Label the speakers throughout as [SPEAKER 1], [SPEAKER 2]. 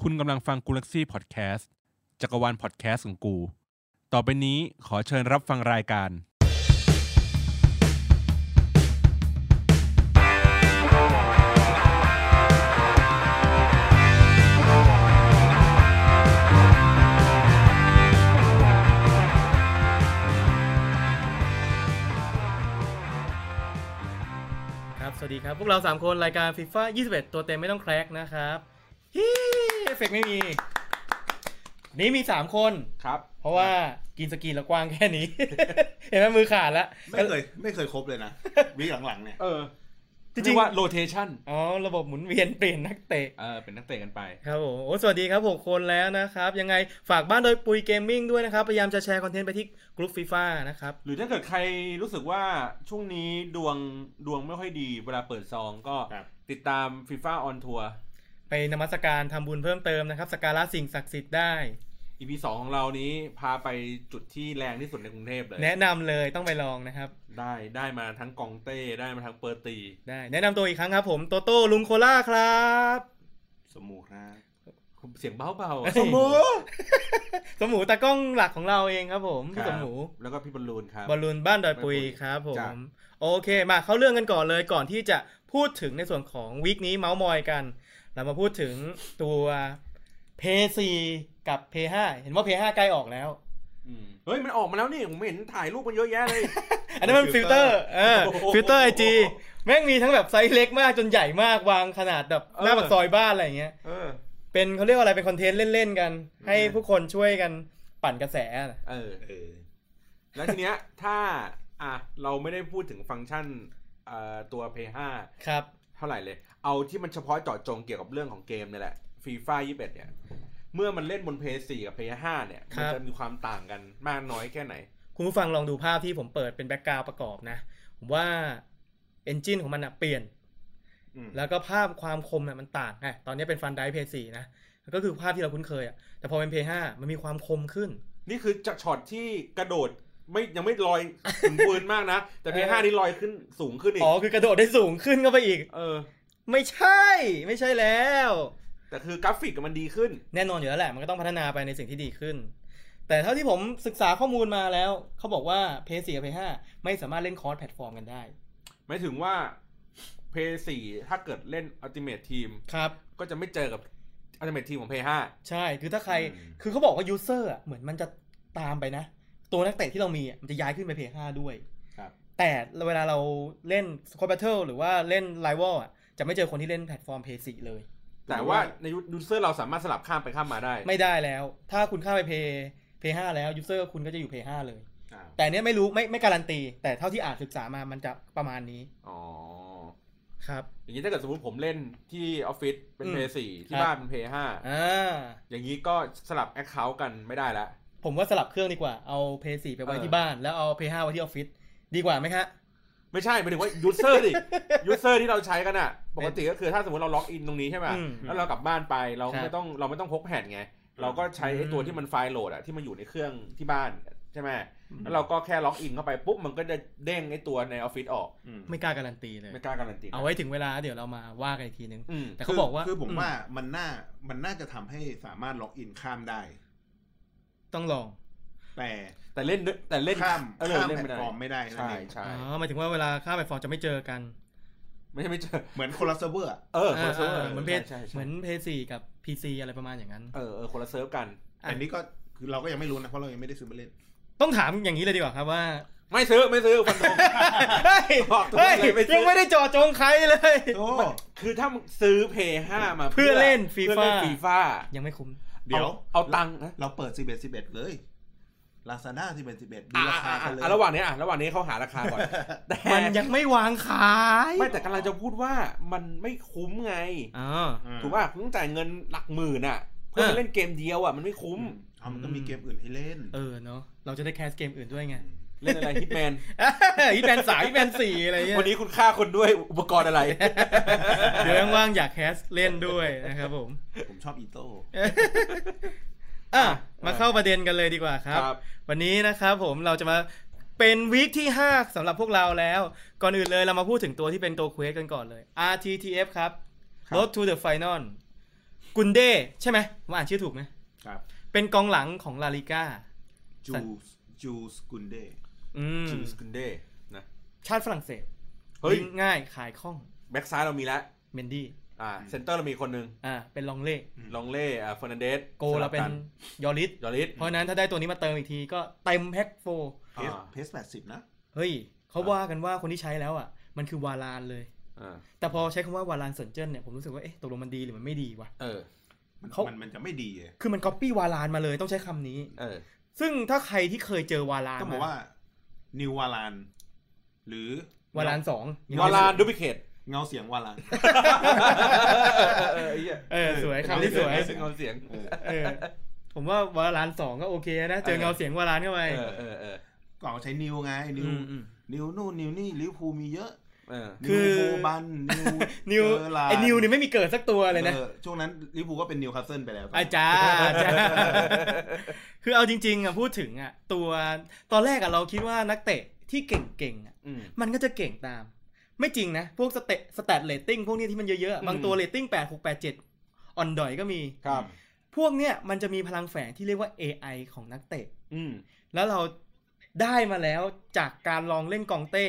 [SPEAKER 1] คุณกำลังฟังกูลักซี่พอดแคสต์จักรวาลพอดแคสต์ของกู ต่อไปนี้ขอเชิญรับฟังรายการ
[SPEAKER 2] ครับ สวัสดีครับ พวกเรา 3 คนรายการ FIFA 21 ตัวเต็มไม่ต้องแครกนะครับฮีเอฟเฟกต์ไม่มี นี่มี 3 คน
[SPEAKER 3] ครับ
[SPEAKER 2] เพราะว่ากินสกรีนแล้วกว้างแค่นี้ เห็นไหมมือขาดแล้ว
[SPEAKER 4] ไม่เคยไม่เคยครบเลยนะ วิหลังๆเนี่ย
[SPEAKER 3] เออจ
[SPEAKER 2] จริงๆ
[SPEAKER 3] ริงว่าโรเทชัน
[SPEAKER 2] อ๋อ ระบบหมุนเวียนเปลี่ยนนักเตะ
[SPEAKER 3] เออเป็นนักเตะกันไป
[SPEAKER 2] ครับผมโอ้สวัสดีครับ 6 คนแล้วนะครับ ยังไงฝากบ้านโดยปุยเกมมิ่งด้วยนะครับ พยายามจะแชร์คอนเทนต์ไปที่กลุ่มฟีฟ่านะครับ
[SPEAKER 3] หรือถ้าเกิดใครรู้สึกว่าช่วงนี้ดวงดวงไม่ค่อยดี เวลาเปิดซองก็
[SPEAKER 4] ครับ
[SPEAKER 3] ติดตามฟีฟ่าออนทัวร์
[SPEAKER 2] ไปนมัสการทำบุญเพิ่มเติมนะครับสักการะสิ่งศักดิ์สิทธิ์ได้
[SPEAKER 3] อีพีสองของเรานี้พาไปจุดที่แรงที่สุดในกรุงเทพเลย
[SPEAKER 2] แนะนำเลยต้องไปลองนะครับ
[SPEAKER 3] ได้ได้มาทั้งกองเต้ได้มาทั้งเปอร์ตี
[SPEAKER 2] ได้แนะนำตัวอีกครั้งครับผมโตโต้ลุงโคล่าครับ
[SPEAKER 4] สมูทนะ
[SPEAKER 3] เสียงเบาๆอะ
[SPEAKER 2] สมู สมูตากล้องหลักของเราเองครับผมพี่สมู
[SPEAKER 3] ครับแล้วก็พี่บอลลูนครับ
[SPEAKER 2] บอลลูนบ้านดอยปุยครับผ
[SPEAKER 3] จ้ะ
[SPEAKER 2] ม โอเคมาเข้าเรื่องกันก่อนเลยก่อนที่จะพูดถึงในส่วนของวีคนี้เมาส์มอยกัน เรามาพูดถึงตัว p 4กับ p 5เห็นว่า p 5ใกล้ออกแล้ว
[SPEAKER 3] อืมเฮ้ยมันออกมาแล้วนี่ผมเห็นถ่ายรูปมันเยอะแยะเลย
[SPEAKER 2] อันนั้นมันฟิลเตอร์เออ
[SPEAKER 3] โอ้โห
[SPEAKER 2] ฟิลเตอร์ไอจีแม่งมีทั้งแบบไซส์เล็กมากจนใหญ่มากวางขนาดแบบหน้า
[SPEAKER 3] เออ
[SPEAKER 2] ปากซอยบ้านอะไรอย่างเงี้ย
[SPEAKER 3] เออ
[SPEAKER 2] เป็นเขาเรียกว่าอะไรเป็นคอนเทนต์เล่นๆกัน ให้
[SPEAKER 3] อืม
[SPEAKER 2] ผู้คนช่วยกันปั่นกระแสน่ะ
[SPEAKER 3] เออ
[SPEAKER 4] เออ
[SPEAKER 3] แล้วทีเนี้ย ถ้าอ่ะเราไม่ได้พูดถึงฟังก์ชันเอ่อตัว p 5
[SPEAKER 2] ครับ
[SPEAKER 3] เท่าไหร่เลย เอาที่มันเฉพาะเจาะจงเกี่ยวกับเรื่องของเกมเนี่ยแหละฟีฟ่า21เนี่ย เมื่อมันเล่นบน p 4กับ p 5เนี่ย
[SPEAKER 2] ครับ
[SPEAKER 3] มันจะมีความต่างกันมากน้อยแค่ไหน
[SPEAKER 2] คุณผู้ฟังลองดูภาพที่ผมเปิดเป็นแบ็กกราวประกอบนะ ผมว่าเอนจินของมันอะเปลี่ยน
[SPEAKER 4] อืม
[SPEAKER 2] แล้วก็ภาพความคมน่ะมันต่างนะตอนนี้เป็นฟันไดเพย์สี่นะก็คือภาพที่เราคุ้นเคยอะแต่พอเป็นเพย์ห้ามันมีความคมขึ้น
[SPEAKER 3] นี่คือจะช็อตที่กระโดดไม่ยังไม่ล อยถึงปืนมากนะ แต่ p
[SPEAKER 2] เออ
[SPEAKER 3] 5นี่ลอยขึ้นสูงขึ้นอีก
[SPEAKER 2] อ๋อ คือกระโดดได้สูงขึ้นก็ไปอีก
[SPEAKER 3] เออ
[SPEAKER 2] ไม่ใช่ ไม่ใช่แล้ว
[SPEAKER 3] แต่คือกราฟิกมันดีขึ้น
[SPEAKER 2] แน่นอนอยู่แล้วแหละ มันก็ต้องพัฒนาไปในสิ่งที่ดีขึ้น แต่เท่าที่ผมศึกษาข้อมูลมาแล้ว เขาบอกว่าเพย์สี่กับเพย์ห้าไม่สามารถเล่นคอร์สแพลตฟอร์มกันได้
[SPEAKER 3] หมายถึงว่า p 4ถ้าเกิดเล่น Ultimate Team
[SPEAKER 2] ครับ
[SPEAKER 3] ก็จะไม่เจอกับ Ultimate Team ของ p 5
[SPEAKER 2] ใช่ คือถ้าใคร คือเขาบอกว่ายูเซอร์เหมือนมันจะตามไปนะ ตัวนักเตะที่เรามีอะมันจะย้ายขึ้นไปเพย์ห้าด้วย
[SPEAKER 4] ครับ
[SPEAKER 2] แต่เวลาเราเล่นส u a d บ a t เทิลหรือว่าเล่นไลวอลอ่ะ จะไม่เจอคนที่เล่นแพลตฟอร์มเพย์สี่เลย
[SPEAKER 3] แต่ว่าในยูเซอร์เราสามารถสลับข้ามไปข้ามมาได้
[SPEAKER 2] ไม่ได้แล้ว ถ้าคุณเข้าไปเพย์เพย์ห้าแล้วยูเซอร์คุณก็จะอยู่เพย์ห้าเลย
[SPEAKER 4] อ้าว
[SPEAKER 2] แต่อันเนี้ยไม่รู้ไม่ไม่การันตี แต่เท่าที่อ่านศึกษามามันจะประมาณนี้
[SPEAKER 3] อ๋อ
[SPEAKER 2] ครับ
[SPEAKER 3] อย่างนี้ถ้าเกิดสมมติผมเล่นที่ออฟฟิศเป็น
[SPEAKER 2] อืม
[SPEAKER 3] เพย์สี่
[SPEAKER 2] ค
[SPEAKER 3] ที่
[SPEAKER 2] รับ
[SPEAKER 3] บ้านเป็นเพย์ห้า
[SPEAKER 2] อ่า
[SPEAKER 3] อย่างนี้ก็สลับแอคเคาท์กันไม่ได้ละ
[SPEAKER 2] ผมว่าสลับเครื่องดีกว่าเอาเพย์สี่ไปไว้
[SPEAKER 3] เออ
[SPEAKER 2] ที่บ้านแล้วเอาเพย์ห้าไว้ที่ออฟฟิศดีกว่าไหมฮะ
[SPEAKER 3] ไม่ใช่หมายถึงว่ายูเซอ ร์ดิ ยูเซอร์ที่เราใช้กันอ่ะ ปกติก็คือถ้าสมมติเราล็อกอินตรงนี้ใช่ไหม
[SPEAKER 2] อืม
[SPEAKER 3] แล้วเรากลับบ้านไปเรา
[SPEAKER 2] ครับ
[SPEAKER 3] ไม่ต้องเราไม่ต้องพกแผ่นไง เราก็ใช้ไอ้
[SPEAKER 2] อืม
[SPEAKER 3] ตัวที่มันไฟล์โหลดอ่ะที่มันอยู่ในเครื่องที่บ้านใช่ไหมแล้วเราก็แค่ล็อกอินเข้าไปปุ๊บมันก็จะเด้งไอ้ตัวในออฟฟิศออก
[SPEAKER 4] อืม
[SPEAKER 2] ไม่กล้าการันตีเลย
[SPEAKER 3] ไม่กล้าการันตีนะ
[SPEAKER 2] เอาไว้ถึงเวลาเดี๋ยวเรามาว่ากันอีกทีนึง
[SPEAKER 3] อืม
[SPEAKER 2] แต่เขาบอกว่า
[SPEAKER 4] คือผม
[SPEAKER 2] อืม
[SPEAKER 4] ว่ามันน่ามันน่าจะทำให้สามารถล็อกอินข้ามได้
[SPEAKER 2] ต้องลอง
[SPEAKER 4] แต่
[SPEAKER 3] แต่เล่นด้วยแต่เล่น
[SPEAKER 4] ข้าม
[SPEAKER 3] เออ
[SPEAKER 4] ข้าม
[SPEAKER 3] เล่น
[SPEAKER 4] แพล
[SPEAKER 3] ไม่
[SPEAKER 4] ต
[SPEAKER 3] ได้
[SPEAKER 4] ฟอร์มไม่ได้นั่น
[SPEAKER 3] ใช่
[SPEAKER 4] เอง
[SPEAKER 3] ใช่
[SPEAKER 2] อ๋อหมายถึงว่าเวลาค่าแพลตฟอร์มจะไม่เจอกัน
[SPEAKER 3] ไม่ใช่ไม่เจอ
[SPEAKER 4] เหมือนคนละเซิร์ฟเวอร์อะ
[SPEAKER 3] เออคนละเซิร์ฟ
[SPEAKER 2] เออเหมือนเพจ
[SPEAKER 3] ใช่ใช่
[SPEAKER 2] เหมือนเพจสี่กับ PC อะไรประมาณอย่างนั้น
[SPEAKER 3] เออเออคนละเซิร์ฟกัน
[SPEAKER 2] อ่ะ
[SPEAKER 4] แต่นี้ก็คือเราก็ยังไม่รู้นะ เพราะเรายังไม่ได้ซื้อมาเล่น
[SPEAKER 2] ต้องถามอย่างนี้เลยดีกว่าครับว่า
[SPEAKER 3] ไม่ซื้อไม่ซื้อฟันธง
[SPEAKER 2] เฮ้ย
[SPEAKER 3] บอกตัว
[SPEAKER 2] เฮ้ย
[SPEAKER 3] เลยไม่ซื้อ
[SPEAKER 2] ยังไม่ได้เจอจงใครเลย
[SPEAKER 4] โอ้
[SPEAKER 3] คือถ้ามึงซื้อเพย์ห้ามา
[SPEAKER 2] เพื่อเล่น FIFA
[SPEAKER 3] เพื่อเล่นฟีฟ่า
[SPEAKER 2] ยังไม่คุ้ม
[SPEAKER 4] เดี๋ยว
[SPEAKER 3] เอาตังค์นะ
[SPEAKER 4] เราเปิด 11 11 เลยลาซาด้า11 11ดู
[SPEAKER 3] อ่ะ
[SPEAKER 4] ราคา
[SPEAKER 3] อ่ะ
[SPEAKER 4] กันเลย
[SPEAKER 3] อ่ะระหว่างนี้อ่ะระหว่างนี้เขาหาราคาก่อนแต่
[SPEAKER 2] มันยังไม่วางขาย
[SPEAKER 3] ไม่แต่กำลังจะพูดว่ามันไม่คุ้มไง
[SPEAKER 2] อ๋อ
[SPEAKER 4] อืม
[SPEAKER 3] ถูกป่ะคุณต้องจ่ายเงินหลักหมื่นอ่ะ เพื่อ
[SPEAKER 2] เออ
[SPEAKER 3] มาเล่นเกมเดียวอ่ะมันไม่
[SPEAKER 4] อื
[SPEAKER 3] คุ้ม
[SPEAKER 4] มเอามันก็มีเกมอื่นให้เล่น
[SPEAKER 2] เออเนาะเราจะได้แคสเกมอื่นด้วยไง
[SPEAKER 3] เล่นอะไรฮิตแมน
[SPEAKER 2] อีแปนสามอีแปนสี่อะไรเงี้ย
[SPEAKER 3] วันนี้คุณฆ่าคนด้วยอุปกรณ์อะไร
[SPEAKER 2] เดี๋ยวว่างๆอยากแคสเล่นด้วยนะครับผม
[SPEAKER 4] ผมชอบอีโต้
[SPEAKER 2] อ่ะมาเข้าประเด็นกันเลยดีกว่าครับ
[SPEAKER 3] ครับ
[SPEAKER 2] วันนี้นะครับผมเราจะมาเป็นวีคที่ 5สำหรับพวกเราแล้ว ก่อนอื่นเลยเรามาพูดถึงตัวที่เป็นตัวเควสกันก่อนเลย RTTF ครับ
[SPEAKER 3] ครับ
[SPEAKER 2] Road to the Final กุนเด้ใช่ไหมผมอ่านชื่อถูกไหม
[SPEAKER 4] ครับ
[SPEAKER 2] เป็นกองหลังของลาลิก้า
[SPEAKER 4] จูสจูสกุนเด
[SPEAKER 2] อืม
[SPEAKER 3] จูสกุนเดนะ
[SPEAKER 2] ชาติฝรั่งเศส
[SPEAKER 3] เฮ้ย
[SPEAKER 2] ลิงก์ง่ายขายคล่อง
[SPEAKER 3] แบ็กซ้ายเรามีแล้ว
[SPEAKER 2] เมนดี้
[SPEAKER 3] อ่า
[SPEAKER 4] อืม
[SPEAKER 3] เซนเตอร์เรามีคนหนึ่ง
[SPEAKER 2] อ่าเป็นลองเล่
[SPEAKER 3] ลองเล่อ่าเฟอร์นันเดส
[SPEAKER 2] โกเราเป็นยอริส
[SPEAKER 3] ยอริส
[SPEAKER 2] เพราะฉะนั้นถ้าได้ตัวนี้มาเติมอีกทีก็เต็มแพ็คโฟร์
[SPEAKER 4] เพส
[SPEAKER 3] อ่า
[SPEAKER 4] เพสแปดสิบนะ
[SPEAKER 2] เฮ้ยเขาว่ากันว่าคนที่ใช้แล้วอ่ะ มันคือวาลานเลย
[SPEAKER 3] อ่า
[SPEAKER 2] แต่พอใช้คำว่าวาลานเซินเจิ้นเนี่ยผมรู้สึกว่าเอ๊ะตกลงมันดีหรือมันไม่ดีวะ
[SPEAKER 3] เออ
[SPEAKER 4] มัน
[SPEAKER 2] เขามั
[SPEAKER 4] มันมันจะไม่ดีอะ
[SPEAKER 2] คือมันก๊อปปี้วาลานมาเลยต้องใช้คำนี้
[SPEAKER 3] เออ
[SPEAKER 2] ซึ่งถ้าใครที่เคยเจอวาลาน
[SPEAKER 4] ต้องบอกว่านิววาลานหรือ
[SPEAKER 2] วาลานสอง
[SPEAKER 3] วาลานดูพิเคต
[SPEAKER 4] เงาเสียงวาลาน
[SPEAKER 3] เออไอ้เหี้ย
[SPEAKER 2] เออสวย คำที่สวย
[SPEAKER 3] เสียงเอาเสียง
[SPEAKER 4] เออ
[SPEAKER 2] เออ ผมว่าวาลานสองก็โอเคนะ เจอเงาเสียงวาลานเข้าไป
[SPEAKER 3] เออเออเออ
[SPEAKER 4] ก่อนใช้นิวไงนิว
[SPEAKER 2] อืมอืม
[SPEAKER 4] นิวนู่นนิวนี่ลิเวอร์พูลมีเยอะ
[SPEAKER 3] เออ
[SPEAKER 2] คื
[SPEAKER 4] นิว
[SPEAKER 2] อ
[SPEAKER 4] โบบันนิว
[SPEAKER 2] นิว
[SPEAKER 4] เจอร์ลาร์ด
[SPEAKER 2] ไอ้นิวเนี่ยไม่มีเกิดสักตัวเลยนะ
[SPEAKER 4] ออช่วงนั้นลิเวอร์พูลก็เป็นนิวคาสเซิลไปแล้วตน
[SPEAKER 2] อา
[SPEAKER 4] นั้น
[SPEAKER 2] จารย์อาจารย์คือเอาจริงๆอ่ะพูดถึงอ่ะตัวตอนแรกอ่ะเราคิดว่านักเตะที่เก่งๆอ่ะ
[SPEAKER 3] อืม
[SPEAKER 2] มันก็จะเก่งตาม ไม่จริงนะ พวกสเตตสแตทเลตติ้งพวกเนี้ยที่มันเยอะๆอ่ะบางตัว
[SPEAKER 3] อืม
[SPEAKER 2] เลตติ้งแปดหกแปดเจ็ดอ่อนดอยก็มี
[SPEAKER 3] ครับ
[SPEAKER 2] พวกเนี้ยมันจะมีพลังแฝงที่เรียกว่า AI ของนักเตะ
[SPEAKER 3] อืม
[SPEAKER 2] แล้วเราได้มาแล้วจากการลองเล่นกองเต้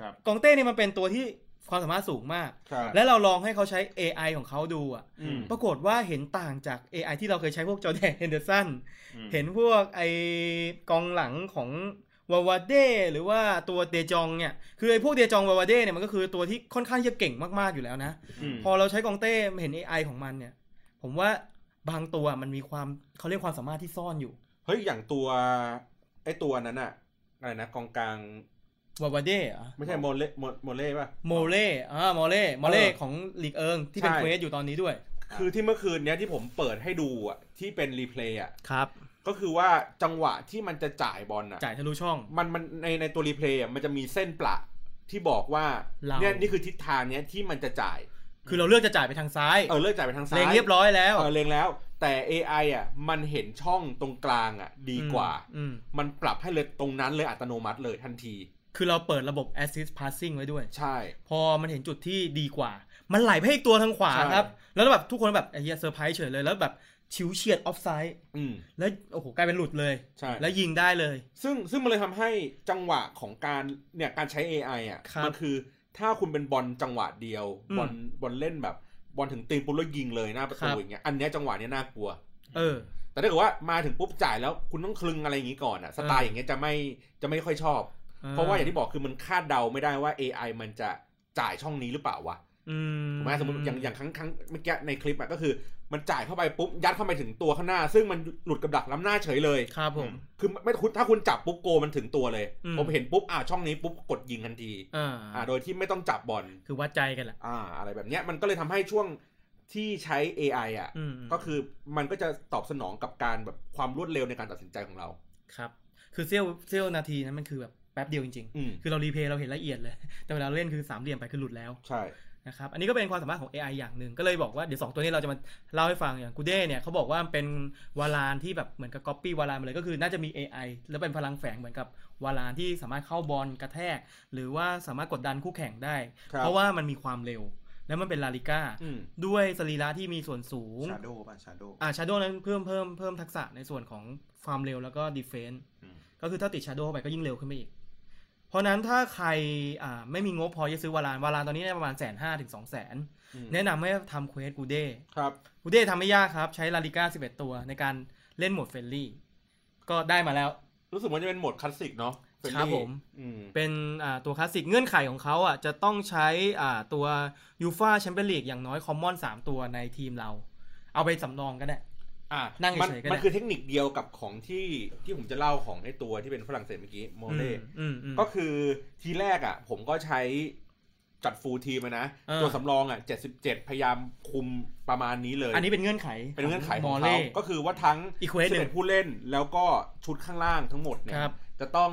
[SPEAKER 4] ครับ
[SPEAKER 2] กองเต้เนี่ยมันเป็นตัวที่ความสามารถสูงมาก
[SPEAKER 3] ครับ
[SPEAKER 2] และเราลองให้เขาใช้ AI ของเขาดูอะ
[SPEAKER 3] อืม
[SPEAKER 2] ปรากฏว่าเห็นต่างจาก AI ที่เราเคยใช้พวกจอแดนเฮนเดอร์สัน
[SPEAKER 4] อืม
[SPEAKER 2] เห็นพวกไอกองหลังของวาวาเดหรือว่าตัวเดจองเนี่ย คือไอพวกเดจองวาวาเดเนี่ยมันก็คือตัวที่ค่อนข้างที่จะเก่งมากๆอยู่แล้วนะ
[SPEAKER 3] ม
[SPEAKER 2] พอเราใช้กองเต้เห็น AI ของมันเนี่ย ผมว่าบางตัวมันมีความเขาเรียกความสามารถที่ซ่อนอยู่
[SPEAKER 3] เฮ้ย อย่างตัว ไอ้ตัวนั้นอะอะไรนะกองกลาง
[SPEAKER 2] วาวาเดเหรอ
[SPEAKER 3] ไม่ใช่โมเล่โมโมเล่ป่ะ
[SPEAKER 2] โมเล่อ่าโมเล่โมเล่
[SPEAKER 3] เออ
[SPEAKER 2] ของลีกเอิงที่เป็น
[SPEAKER 3] ใช่
[SPEAKER 2] เควสอยู่ตอนนี้ด้วย
[SPEAKER 3] คือที่เมื่อคืนเนี้ยที่ผมเปิดให้ดูอะที่เป็นรีเพลย์อะ
[SPEAKER 2] ครับ
[SPEAKER 3] ก็คือว่าจังหวะที่มันจะจ่ายบอลอะ
[SPEAKER 2] จ่ายทะลุช่อง
[SPEAKER 3] มันมันในในตัวรีเพลย์อะมันจะมีเส้นประที่บอกว่า
[SPEAKER 2] เรา
[SPEAKER 3] เนี่ยนี่คือทิศทางเนี้ยที่มันจะจ่าย
[SPEAKER 2] คือเราเลือกจะจ่ายไปทางซ้าย
[SPEAKER 3] เออเลือกจ่ายไปทางซ้าย
[SPEAKER 2] เลงเรียบร้อยแล้ว
[SPEAKER 3] เออเลงแล้ว แต่ AI อะมันเห็นช่องตรงกลางอะดีกว่า
[SPEAKER 2] อืมอืม
[SPEAKER 3] มันปรับให้เลยตรงนั้นเลยอัตโนมัติเลยทันที
[SPEAKER 2] คือเราเปิดระบบ assist passing ไว้ด้วย
[SPEAKER 3] ใช่
[SPEAKER 2] พอมันเห็นจุดที่ดีกว่า มันไหลไปให้อีกตัวทางขวา
[SPEAKER 3] ใช่
[SPEAKER 2] ครับ แล้วแบบทุกคนแบบไอ้เหี้ยเซอร์ไพรส์เฉยเลย แล้วแบบชิวเฉียดออฟไซด์
[SPEAKER 3] อืม
[SPEAKER 2] แล้วโอ้โหกลายเป็นหลุดเลย
[SPEAKER 3] ใช่
[SPEAKER 2] แล้วยิงได้เลย
[SPEAKER 3] ซึ่งซึ่งมันเลยทำให้จังหวะของการเนี่ยการใช้ AI อ่ะ
[SPEAKER 2] ครับ
[SPEAKER 3] มัคือถ้าคุณเป็นบอลจังหวะเดียว
[SPEAKER 2] อืม
[SPEAKER 3] บอลบอลเล่นแบบ บอลถึงตีนปุ๊บแล้วยิงเลยหน้าประตู
[SPEAKER 2] ครับ
[SPEAKER 3] อย่างเงี้ยอันเนี้ยจังหวะเนี้ยน่ากลัว
[SPEAKER 2] เออ
[SPEAKER 3] แต่ถ้าเกิดว่ามาถึงปุ๊บจ่ายแล้วคุณต้องคลึงอะไรอย่างงี้ก่อนอ่ะสไตล์อย่างเงี้ยจะไม่จะไม่ค่อยชอบ เพราะว่าอย่างที่บอกคือมันคาดเดาไม่ได้ว่า AI มันจะจ่ายช่องนี้หรือเปล่าวะ
[SPEAKER 2] อืม
[SPEAKER 3] ถูกไหมสมมติอย่างอย่างครั้งครั้งเมื่อกี้ในคลิปอ่ะก็คือ มันจ่ายเข้าไปปุ๊บยัดเข้าไปถึงตัวข้างหน้า ซึ่งมันหลุดกับดักล้ำหน้าเฉยเลย
[SPEAKER 2] ครับผม
[SPEAKER 3] คือไม่คุณถ้าคุณจับปุ๊บโกลมันถึงตัวเลย
[SPEAKER 2] อืม
[SPEAKER 3] ผมเห็นปุ๊บอ่าช่องนี้ปุ๊บกดยิงทันที
[SPEAKER 2] อ่า
[SPEAKER 3] อ่า โดยที่ไม่ต้องจับบอล
[SPEAKER 2] คือวัดใจกันแหละ
[SPEAKER 3] อ่า อะไรแบบเนี้ยมันก็เลยทำให้ช่วงที่ใช้ AI อ่ะ
[SPEAKER 2] อืม
[SPEAKER 3] ก็คือมันก็จะตอบสนองกับการแบบความรวดเร็วในการตัดสินใจของเรา
[SPEAKER 2] ครับ คือเซี่ยวเซี่ยวนาทีนั้นมันคือแบบแป๊บเดียวจริง
[SPEAKER 3] อืม
[SPEAKER 2] ๆ คือเรารีเพย์เราเห็นละเอียดเลย แต่เวลาเราเล่นคือสามเหลี่ยมไปคือหลุดแล้ว
[SPEAKER 3] ใช่
[SPEAKER 2] นะครับ อันนี้ก็เป็นความสามารถของ AI อย่างหนึ่ง ก็เลยบอกว่าเดี๋ยวสองตัวนี้เราจะมาเล่าให้ฟังอย่างกูเด้เนี่ยเขาบอกว่ามันเป็นวาลานที่แบบเหมือนกับก๊อปปี้วาลานมาเลยก็คือน่าจะมี AI แล้วเป็นพลังแฝงเหมือนกับวาลานที่สามารถเข้าบอลกระแทก หรือว่าสามารถกดดันคู่แข่งได้
[SPEAKER 3] ครับ
[SPEAKER 2] เพราะว่ามันมีความเร็ว แล้วมันเป็นลาลิก้า
[SPEAKER 3] อืม
[SPEAKER 2] ด้วยสรีระที่มีส่วนสูง
[SPEAKER 4] ชาโดว์ป่ะชาโดว์
[SPEAKER 2] อ่าชาโดนั้นเพิ่มเพิ่มเพิ่มทักษะในส่วนของความเร็วแล้วก็ดีเฟน
[SPEAKER 4] อืม
[SPEAKER 2] ก็คือถ้าติดชาโดว์เข้าไปก็ยิ่งเร็วขึ้นไปอีก เพราะฉะนั้นถ้าใครอ่าไม่มีงบพอจะซื้อวาลานวาลานตอนนี้ได้ประมาณแสนห้าถึงสองแสน
[SPEAKER 3] อืม
[SPEAKER 2] แนะนำให้ทำเควสกูเด้
[SPEAKER 3] ครับ
[SPEAKER 2] กูเด้ทำไม่ยากครับ ใช้ลาลิก้าสิบเอ็ดตัวในการเล่นโหมดเฟรนลี่ ก็ได้มาแล้ว
[SPEAKER 3] รู้สึกว่าจะเป็นโหมดคลาสสิกเนาะ friendly
[SPEAKER 2] ครับผม
[SPEAKER 3] อืม
[SPEAKER 2] เป็นอ่าตัวคลาสสิกเงื่อนไขของเขาอ่ะจะต้องใช้อ่าตัวยูฟาแชมเปี้ยนลีกอย่างน้อยคอมมอนสามตัวในทีมเรา เอาไปสำรองก็ได้
[SPEAKER 3] อ่ะ
[SPEAKER 2] นั่งเฉยๆ
[SPEAKER 3] มัน
[SPEAKER 2] ก็ได้
[SPEAKER 3] มันคือเทคนิคเดียวกับของที่ที่ผมจะเล่าของไอ้ตัวที่เป็นฝรั่งเศสเมื่อกี้โมเล่
[SPEAKER 2] อืมอืม
[SPEAKER 3] ก็คือทีแรกอ่ะ ผมก็ใช้จัดฟูลทีมอะนะ
[SPEAKER 2] เออ
[SPEAKER 3] ตัวสำรองอ่ะ 77 พยายามคุมประมาณนี้เลย
[SPEAKER 2] อันนี้เป็นเงื่อนไข
[SPEAKER 3] เป็นเงื่อนไขข
[SPEAKER 2] ม
[SPEAKER 3] อง
[SPEAKER 2] เล่
[SPEAKER 3] เขาก็คือว่าทั้ง
[SPEAKER 2] อีกเควสหนึ่ง
[SPEAKER 3] 11ผู้เล่นแล้วก็ชุดข้างล่างทั้งหมดเนี่ย
[SPEAKER 2] ครับ
[SPEAKER 3] จะต้อง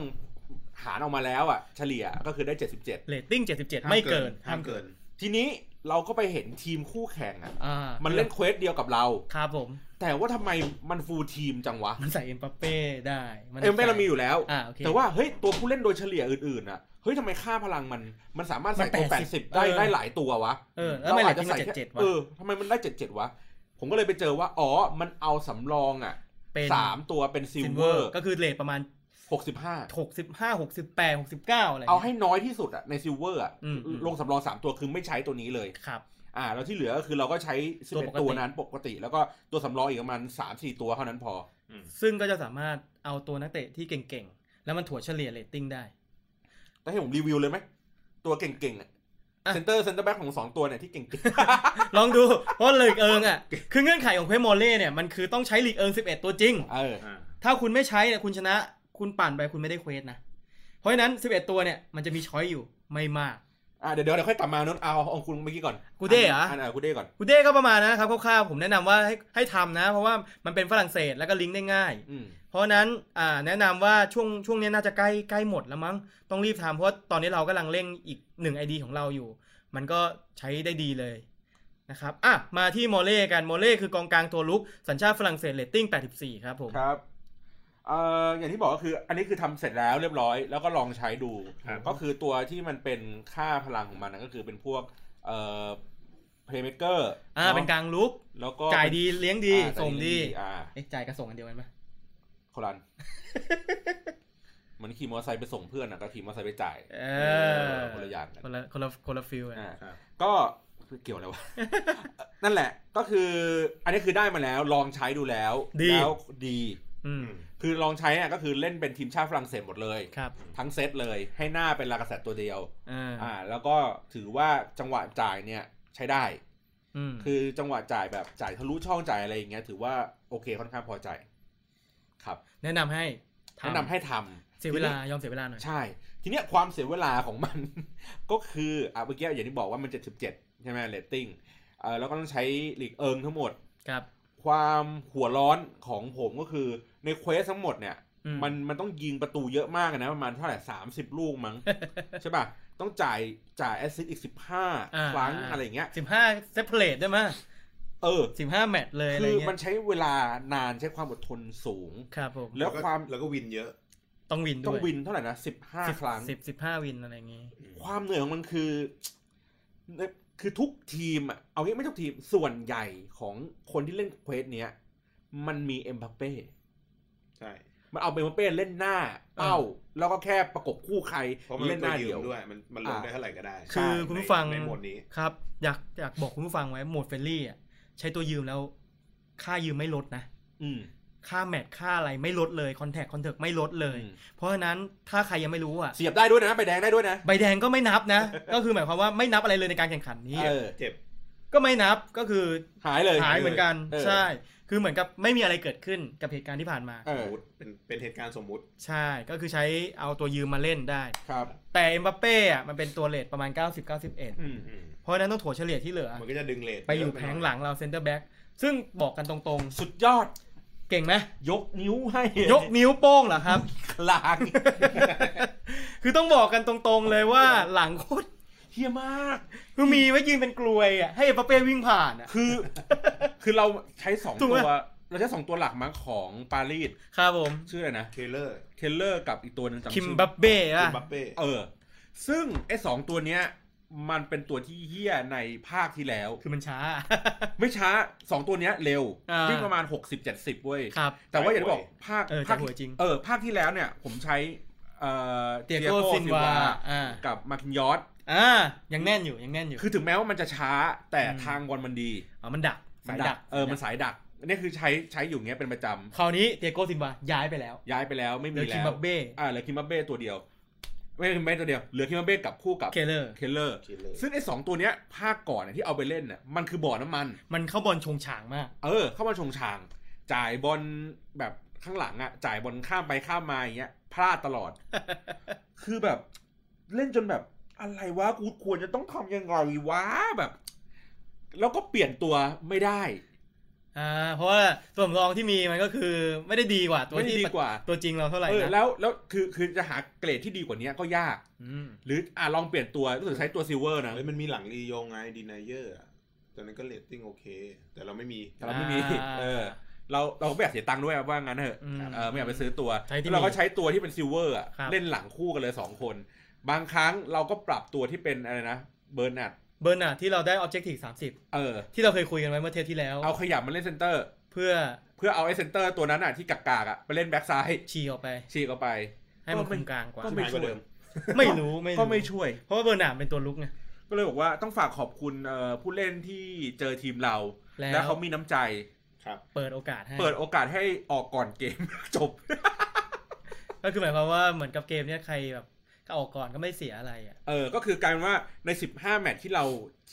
[SPEAKER 3] หารออกมาแล้วอ่ะ เฉลี่ยก็คือได้ 77
[SPEAKER 2] เรตติ้งเจ็ดสิบเจ็ดไม่เกิน
[SPEAKER 4] ห้ามเกิน
[SPEAKER 3] ทีนี้เราก็ไปเห็นทีมคู่แข่งอ่ะ
[SPEAKER 2] อ่ามั
[SPEAKER 3] มันเล่นเควสเดียวกับเรา
[SPEAKER 2] ครับผม
[SPEAKER 3] แต่ว่าทำไมมันฟูลทีมจังวะ
[SPEAKER 2] มันใส่เอ็มปาเป้ได้
[SPEAKER 3] เอ็มเป้เรามีอยู่แล้ว
[SPEAKER 2] อ่าโอเค
[SPEAKER 3] แต่ว่าเฮ้ยตัวผู้เล่นโดยเฉลี่ยอื่นๆอ่ะเฮ้ยทำไมค่าพลังมันมันสามารถใส่
[SPEAKER 2] มัน
[SPEAKER 3] ตัว
[SPEAKER 2] 80
[SPEAKER 3] 80 ได้ได้หลายตัววะ
[SPEAKER 2] เออแล้วทำไมหลัก
[SPEAKER 3] ร
[SPEAKER 2] ที่มัน
[SPEAKER 3] แค่
[SPEAKER 2] เจ็ดเจ็ดวะ
[SPEAKER 3] เออทำไมมันได้ 77 วะ ผมก็เลยไปเจอว่า อ๋อ มันเอาสำรองอ่ะ
[SPEAKER 2] เป็น
[SPEAKER 3] สามตัวเป็นซิล
[SPEAKER 2] ซิล
[SPEAKER 3] เว
[SPEAKER 2] เว
[SPEAKER 3] อ
[SPEAKER 2] อ
[SPEAKER 3] ร์
[SPEAKER 2] ร์ก็คือเลทประมาณ
[SPEAKER 3] หกสิบห้า
[SPEAKER 2] 65 68 69 อะไรย่งงี้ย
[SPEAKER 3] เอาให้น้อยที่สุดอ่ะในซิลเวอร์อ่ะ
[SPEAKER 2] อืมอืม
[SPEAKER 3] ลงสำรองสามตัวคือไม่ใช้ตัวนี้เลย
[SPEAKER 2] ครับ
[SPEAKER 3] อ่า แล้วที่เหลือก็คือเราก็ใช้สิบ
[SPEAKER 2] ตัว
[SPEAKER 3] เอ็ด
[SPEAKER 2] ปกติ
[SPEAKER 3] ตัวนั้นปกติ แล้วก็ตัวสำรองอีกประมาณสามสี่ตัวเท่านั้นพอ
[SPEAKER 2] ซึ่งก็จะสามารถเอาตัวนักเตะที่เก่งๆ แล้วมันถั่วเฉลี่ยเรตติ้งได้
[SPEAKER 3] แต่ให้ผมรีวิวเลยไหมตัวเก่งๆอ่ะ
[SPEAKER 2] อ่ะ
[SPEAKER 3] เซนเตอร์เซนเตอร์แบ็กของสองตัวเนี่ยที่เก่ง
[SPEAKER 2] ลองดู เพราะลีกเอิงอ่ะ คือเงื่อนไขของเควสโมเล่เนี่ยมันคือต้องใช้ลีกเอิง 11 ตัวจริง
[SPEAKER 3] ๆเออ
[SPEAKER 4] อ่า
[SPEAKER 2] ถ้าคุณไม่ใช้เนี่ยคุณชนะคุณปั่นไปคุณไม่ได้เควสนะ เพราะฉะนั้น 11 ตัวเนี่ยมันจะมีช้อยอยู่ไม่มาก
[SPEAKER 3] อ่ะเดี๋ยวเดี๋ยวเดี๋ยวค่อยกลับมาโน้นเอาของคุณเมื่อกี้ก่อน
[SPEAKER 2] กูเด้เหรออ่
[SPEAKER 3] อ่ากูเด้ก่อน
[SPEAKER 2] กูเด้ก็ประมาณนนนะครับคร่าวๆผมแนะนำว่าให้ให้ทำนะ เพราะว่ามันเป็นฝรั่งเศสแล้วก็ลิงก์ได้ง่าย
[SPEAKER 3] อืม
[SPEAKER 2] เพราะฉะนั้นอ่าแนะนำว่าช่วงช่วงนี้น่าจะใกล้ใกล้หมดแล้วมั้งต้องรีบทำเพราะว่าตอนนี้เรากำลังเร่งอีกหนึ่งไอดีของเราอยู่ มันก็ใช้ได้ดีเลยนะครับอ่ะมาที่โมเล่กันโมเล่คือกองกลางตัวลุก สัญชาติฝรั่งเศสเลตติ้ง 84 ครับผม
[SPEAKER 3] ครับเอ่ออย่างที่บอกก็คือ อันนี้คือทำเสร็จแล้วเรียบร้อย แล้วก็ลองใช้ดู
[SPEAKER 4] ครับ
[SPEAKER 3] ก็คือตัวที่มันเป็นค่าพลังของมันนะก็คือเป็นพวกเอ่อ playmaker
[SPEAKER 2] อ่าเป็นกลางลุก
[SPEAKER 3] แล้วก็
[SPEAKER 2] จ่ายดีเลี้ยงดี
[SPEAKER 3] อ่า
[SPEAKER 2] ส่งดี
[SPEAKER 3] อ่า
[SPEAKER 2] เอ๊ะจ่ายกับส่งอันเดียวกันปะ
[SPEAKER 3] โค ลัน มันขี่มอเตอร์ไซค์ไปส่งเพื่อนนะก็ขี่มอเตอร์ไซค์ไปจ่าย
[SPEAKER 2] เออ
[SPEAKER 3] คนละอย่างกัน
[SPEAKER 2] คนละคนละคนละฟิล
[SPEAKER 3] อ่า
[SPEAKER 4] ครับ
[SPEAKER 3] ก็เกี่ยวอะไรวะ นั่นแหละก็คือ อันนี้คือได้มาแล้วลองใช้ดูแล้ว
[SPEAKER 2] ดี
[SPEAKER 3] แล้วดี
[SPEAKER 2] อืม
[SPEAKER 3] คือลองใช้อ่ะก็คือเล่นเป็นทีมชาติฝรั่งเศสหมดเลย
[SPEAKER 2] ครับ
[SPEAKER 3] ทั้งเซตเลยให้หน้าเป็นลากาเซตตัวเดียว
[SPEAKER 2] อ่า
[SPEAKER 3] อ่า แล้วก็ถือว่าจังหวะจ่ายเนี่ยใช้ได้
[SPEAKER 2] อืม
[SPEAKER 3] คือจังหวะจ่ายแบบจ่ายทะลุช่องจ่ายอะไรอย่างเงี้ย ถือว่าโอเคค่อนข้างพอใจ ครับ
[SPEAKER 2] แนะนำให้ทำ
[SPEAKER 3] แนะนำให้ทำ
[SPEAKER 2] เสียเวลายอมเสียเวลาหน่อย
[SPEAKER 3] ใช่ ทีเนี้ยความเสียเวลาของมัน ก็คืออ่ะเมื่อกี้อย่างที่บอกว่ามัน 77 ใช่ไหมเรตติ้งเออแล้วก็ต้องใช้หลีกเอิงทั้งหมด
[SPEAKER 2] ครับ
[SPEAKER 3] ความหัวร้อนของผมก็คือในเควสทั้งหมดเนี่ย
[SPEAKER 2] อื
[SPEAKER 3] มันมันต้องยิงประตูเยอะมากอะนะประมาณเท่าไหร่สามสิบลูกมั้ง ใช่ป่ะ ต้องจ่ายจ่ายแอสซิสอีกสิบห้า
[SPEAKER 2] อ่า
[SPEAKER 3] ครั้ง
[SPEAKER 2] อ่า
[SPEAKER 3] อะไรอย่างเงี้ย
[SPEAKER 2] สิบห้าเซปเปรตได้ไหม
[SPEAKER 3] เออ
[SPEAKER 2] สิบห้าแมตช์เลยอะไร
[SPEAKER 3] คือ
[SPEAKER 2] เงี้
[SPEAKER 3] มัน
[SPEAKER 2] ย
[SPEAKER 3] ใช้เวลานานใช้ความอดทนสูง
[SPEAKER 2] ครับผม
[SPEAKER 3] แล้วความ
[SPEAKER 4] แล้วก็วินเยอะ
[SPEAKER 2] ต้องวินด้วย
[SPEAKER 3] ต้องวินเท่าไหร่นะสิบห้า
[SPEAKER 2] สิบ
[SPEAKER 3] ครั้ง
[SPEAKER 2] สิบสิบห้าวินอะไรเงี้ย
[SPEAKER 3] ความเหนื่อยของมันคือ คือทุกทีมอะเอางี้ไม่ทุกทีมส่วนใหญ่ของคนที่เล่นเควสเนี้ย มันมีเอ็มบัปเป้
[SPEAKER 4] ใช่
[SPEAKER 3] มันเอาเอ็มบัปเป้เล่นหน้าเป้า แล้วก็แค่ประกบคู่ใคร
[SPEAKER 4] เพราะมัน
[SPEAKER 3] เล่นห
[SPEAKER 4] ตัว
[SPEAKER 3] น้า
[SPEAKER 4] ยื
[SPEAKER 3] เดีย
[SPEAKER 4] ม
[SPEAKER 3] ว
[SPEAKER 4] ด้วย มันมันลงได้เท่าไหร่ก็ได้
[SPEAKER 2] คือคุณผู้ฟัง
[SPEAKER 4] ในในหมวดนี้
[SPEAKER 2] ครับ อยากอยากบอกคุณผู้ฟังไว้โหมดเฟรนลี่อ่ะใช้ตัวยืมแล้ว ค่ายืมไม่ลดนะ
[SPEAKER 3] อืม
[SPEAKER 2] ค่าแมตช์ค่าอะไรไม่ลดเลยคอนแทคคอนเทคไม่ลดเลย
[SPEAKER 3] อืม
[SPEAKER 2] เพราะฉะนั้นถ้าใครยังไม่รู้อ่ะ
[SPEAKER 3] เสียบได้ด้วยนะใบแดงได้ด้วยนะ
[SPEAKER 2] ใบแดงก็ไม่นับนะ ก็คือหมายความว่าไม่นับอะไรเลยในการแข่งขันนี้
[SPEAKER 3] เออ
[SPEAKER 4] เจ็บ
[SPEAKER 2] ก็ไม่นับก็คือ
[SPEAKER 3] หายเลย
[SPEAKER 2] หายเหมือนกัน
[SPEAKER 3] เออ
[SPEAKER 2] ใช่ คือเหมือนกับไม่มีอะไรเกิดขึ้นกับเหตุการณ์ที่ผ่านมา
[SPEAKER 3] เอ
[SPEAKER 4] ส
[SPEAKER 3] อ
[SPEAKER 4] มมติเป็นเป็นเหตุการณ์สมมุติ
[SPEAKER 2] ใช่ก็คือใช้เอาตัวยืมมาเล่นได้
[SPEAKER 3] ครับ
[SPEAKER 2] แต่เอ็มบัปเป้อะมันเป็นตัวเลทประมาณ 90 91
[SPEAKER 3] อืม
[SPEAKER 4] อืม
[SPEAKER 2] เพราะฉะนั้นต้องถั่วเฉลี่ยที่เหลือ
[SPEAKER 4] มันก็จะดึงเลท
[SPEAKER 2] ไปอยู่แผงหลังเราเซนเตอร์แบ็กซึ่งบอกกันตรง
[SPEAKER 3] สุดยอด
[SPEAKER 2] ๆ เก่ง ไหม
[SPEAKER 3] ยกนิ้วให้
[SPEAKER 2] ยกนิ้วโป้งเหรอครับ
[SPEAKER 3] กลาง
[SPEAKER 2] คือต้องบอกกันตรงๆเลยว่าหลังโคตร
[SPEAKER 3] เฮียมาก
[SPEAKER 2] คือมีไว้ยืนเป็นกลวยอ่ะให้เอ็มบัปเป้วิ่งผ่านอ่ะ
[SPEAKER 3] คือ คือเราใช้สอง
[SPEAKER 2] ถูก
[SPEAKER 3] ตั
[SPEAKER 2] ไหม
[SPEAKER 3] ว เราใช้สองตัวหลักมั้งของปารีส
[SPEAKER 2] ครับผม
[SPEAKER 3] ชื่ออะไรนะ
[SPEAKER 4] เทเลอร์
[SPEAKER 3] เทเลอร์กับอีกตัวหนึ่งจำ
[SPEAKER 2] คิม
[SPEAKER 3] ชื่อ
[SPEAKER 2] บัปเบ้
[SPEAKER 4] คิ
[SPEAKER 2] อะ
[SPEAKER 4] มบัปเป้
[SPEAKER 3] เออ ซึ่งไอ้สองตัวเนี้ย มันเป็นตัวที่เฮี้ยในภาคที่แล้ว
[SPEAKER 2] คือมันช้า
[SPEAKER 3] ไม่ช้าสองตัวเนี้ยเร็ว
[SPEAKER 2] อ่า
[SPEAKER 3] ที่ประมาณหกสิบเจ็ดสิบเว้ย
[SPEAKER 2] ครับ
[SPEAKER 3] แต่ว่าอย่างที่บอกภาค
[SPEAKER 2] เออ
[SPEAKER 3] ภาค
[SPEAKER 2] จะหวยจริง
[SPEAKER 3] เออภาคที่แล้วเนี่ย ผมใช้เอ่อ
[SPEAKER 2] เตียโก
[SPEAKER 3] Thiago
[SPEAKER 2] ซินวา
[SPEAKER 3] Silva
[SPEAKER 2] อ่า
[SPEAKER 3] กับมาคินยอส
[SPEAKER 2] อ่ายังแน่นอยู่ยังแน่นอยู่
[SPEAKER 3] คือถึงแม้ว่ามันจะช้าแต่
[SPEAKER 2] อืม
[SPEAKER 3] ทางบอลมันดี
[SPEAKER 2] อ๋อมันดักสายดัก
[SPEAKER 3] เออมันสายดักอันนี้คือใช้ใช้อยู่เงี้ยเป็นประจ
[SPEAKER 2] คราวนี้เตียโกซินวาย้ายไปแล้ว
[SPEAKER 3] ำย้ายไปแล้วไม่
[SPEAKER 2] เหลื
[SPEAKER 3] มี
[SPEAKER 2] อคิ
[SPEAKER 3] แล้
[SPEAKER 2] ม
[SPEAKER 3] ว
[SPEAKER 2] บัปเบ้
[SPEAKER 3] อ่าเหลือคิมบับเบ้ตัวเดียว ไม่ไม่ตัวเดียวเหลือคิมบับเบ้กับคู่กับ
[SPEAKER 2] เคเลอร์
[SPEAKER 3] เคลเลอร์
[SPEAKER 4] Taylor
[SPEAKER 3] ซึ่งไอ้สองตัวเนี้ยภาคก่อนเนยที่เอาไปเล่นน่ะมันคือบ่อน้ำมัน
[SPEAKER 2] มันเข้าบอลชงฉางมาก
[SPEAKER 3] เออ เข้ามาชงชาง จ่ายบอลแบบข้างหลังอะจ่ายบอลข้ามไปข้ามมาอย่างเงี้ยพลาดตลอด คือแบบเล่นจนแบบอะไรวะกูควรจะต้องทำยังไงวะแบบ แล้วก็เปลี่ยนตัวไม่ได้
[SPEAKER 2] อ่าเพราะว่าตัวสำรองที่มีมันก็คือไม่ได้ดีกว่าตัว
[SPEAKER 3] ไม่ได้
[SPEAKER 2] ที่
[SPEAKER 3] ดีกว่า
[SPEAKER 2] ตัวจริงเราเท่าไหร่
[SPEAKER 3] เออ
[SPEAKER 2] นะ
[SPEAKER 3] แล้วแล้วคือคือจะหาเกรดที่ดีกว่านี้ก็ยาก
[SPEAKER 2] อืม
[SPEAKER 3] หรืออ่ะลองเปลี่ยนตัวรู้สึกใช้ตัวซิลเวอร์นะ
[SPEAKER 4] เฮ้ยมันมีหลังรียงไงดีนายเยอร์ตอนนั้นก็เลตติ้งโอเค แต่เราไม่มี
[SPEAKER 3] แต่เราไม่มีเออ เราเราก็ไม่อยากเสียตังค์ด้วยว่างั้นเถอะ
[SPEAKER 2] ม
[SPEAKER 3] เออไม่อยากไปซื้อตัว
[SPEAKER 2] ใช้ที่
[SPEAKER 3] แล้วเราก็ใช้ตัวที่เป็นซิลเวอร์อะ
[SPEAKER 2] ครับ
[SPEAKER 3] เล่นหลังคู่กันเลยสองคน บางครั้งเราก็ปรับตัวที่เป็นอะไรนะเบอร์นัด
[SPEAKER 2] เบอร์นาร์ดที่เราได้ Objective
[SPEAKER 3] เออ
[SPEAKER 2] 30 ที่เราเคยคุยกันไว้เมื่อเทปที่แล้ว
[SPEAKER 3] เอาขยับมาเล่นเซนเตอร์
[SPEAKER 2] เพื่อ
[SPEAKER 3] เพื่อเอาไอ้เซนเตอร์ตัวนั้นอ่ะที่กากๆอ่ะไปเล่นแบ็กซ้าย
[SPEAKER 2] ฉีกออกไป
[SPEAKER 3] ฉีกออกไป
[SPEAKER 2] ให้มัน
[SPEAKER 3] ก็
[SPEAKER 2] คุ
[SPEAKER 3] ไม่
[SPEAKER 2] มกลางกว่า
[SPEAKER 3] ก็ไม่
[SPEAKER 4] หายก
[SPEAKER 3] ช่ว
[SPEAKER 4] ว่าย เดิม
[SPEAKER 2] ไม่รู้ไม่รู้
[SPEAKER 3] ก็ไม่ช่วย
[SPEAKER 2] เพราะว่าเบอร์นาร์ดเป็นตัวลุกไง
[SPEAKER 3] ก็เลยบอกว่าต้องฝากขอบคุณเอ่อผู้เล่นที่เจอทีมเรา
[SPEAKER 2] แล้
[SPEAKER 3] และ
[SPEAKER 2] ว
[SPEAKER 3] เขามีน้ำใจ
[SPEAKER 4] ครับ
[SPEAKER 2] เปิดโอกาสให้
[SPEAKER 3] เปิดโอกาสให้ออกก่อนเกม จบ
[SPEAKER 2] ก็คือหมายความว่าเหมือนกับเกมเนี้ยใครแบบก็ออกก่อนก็ไม่เสียอะไรอ่ะ
[SPEAKER 3] เออ ก็คือกลายเป็นว่าใน 15 แมตช์ที่เรา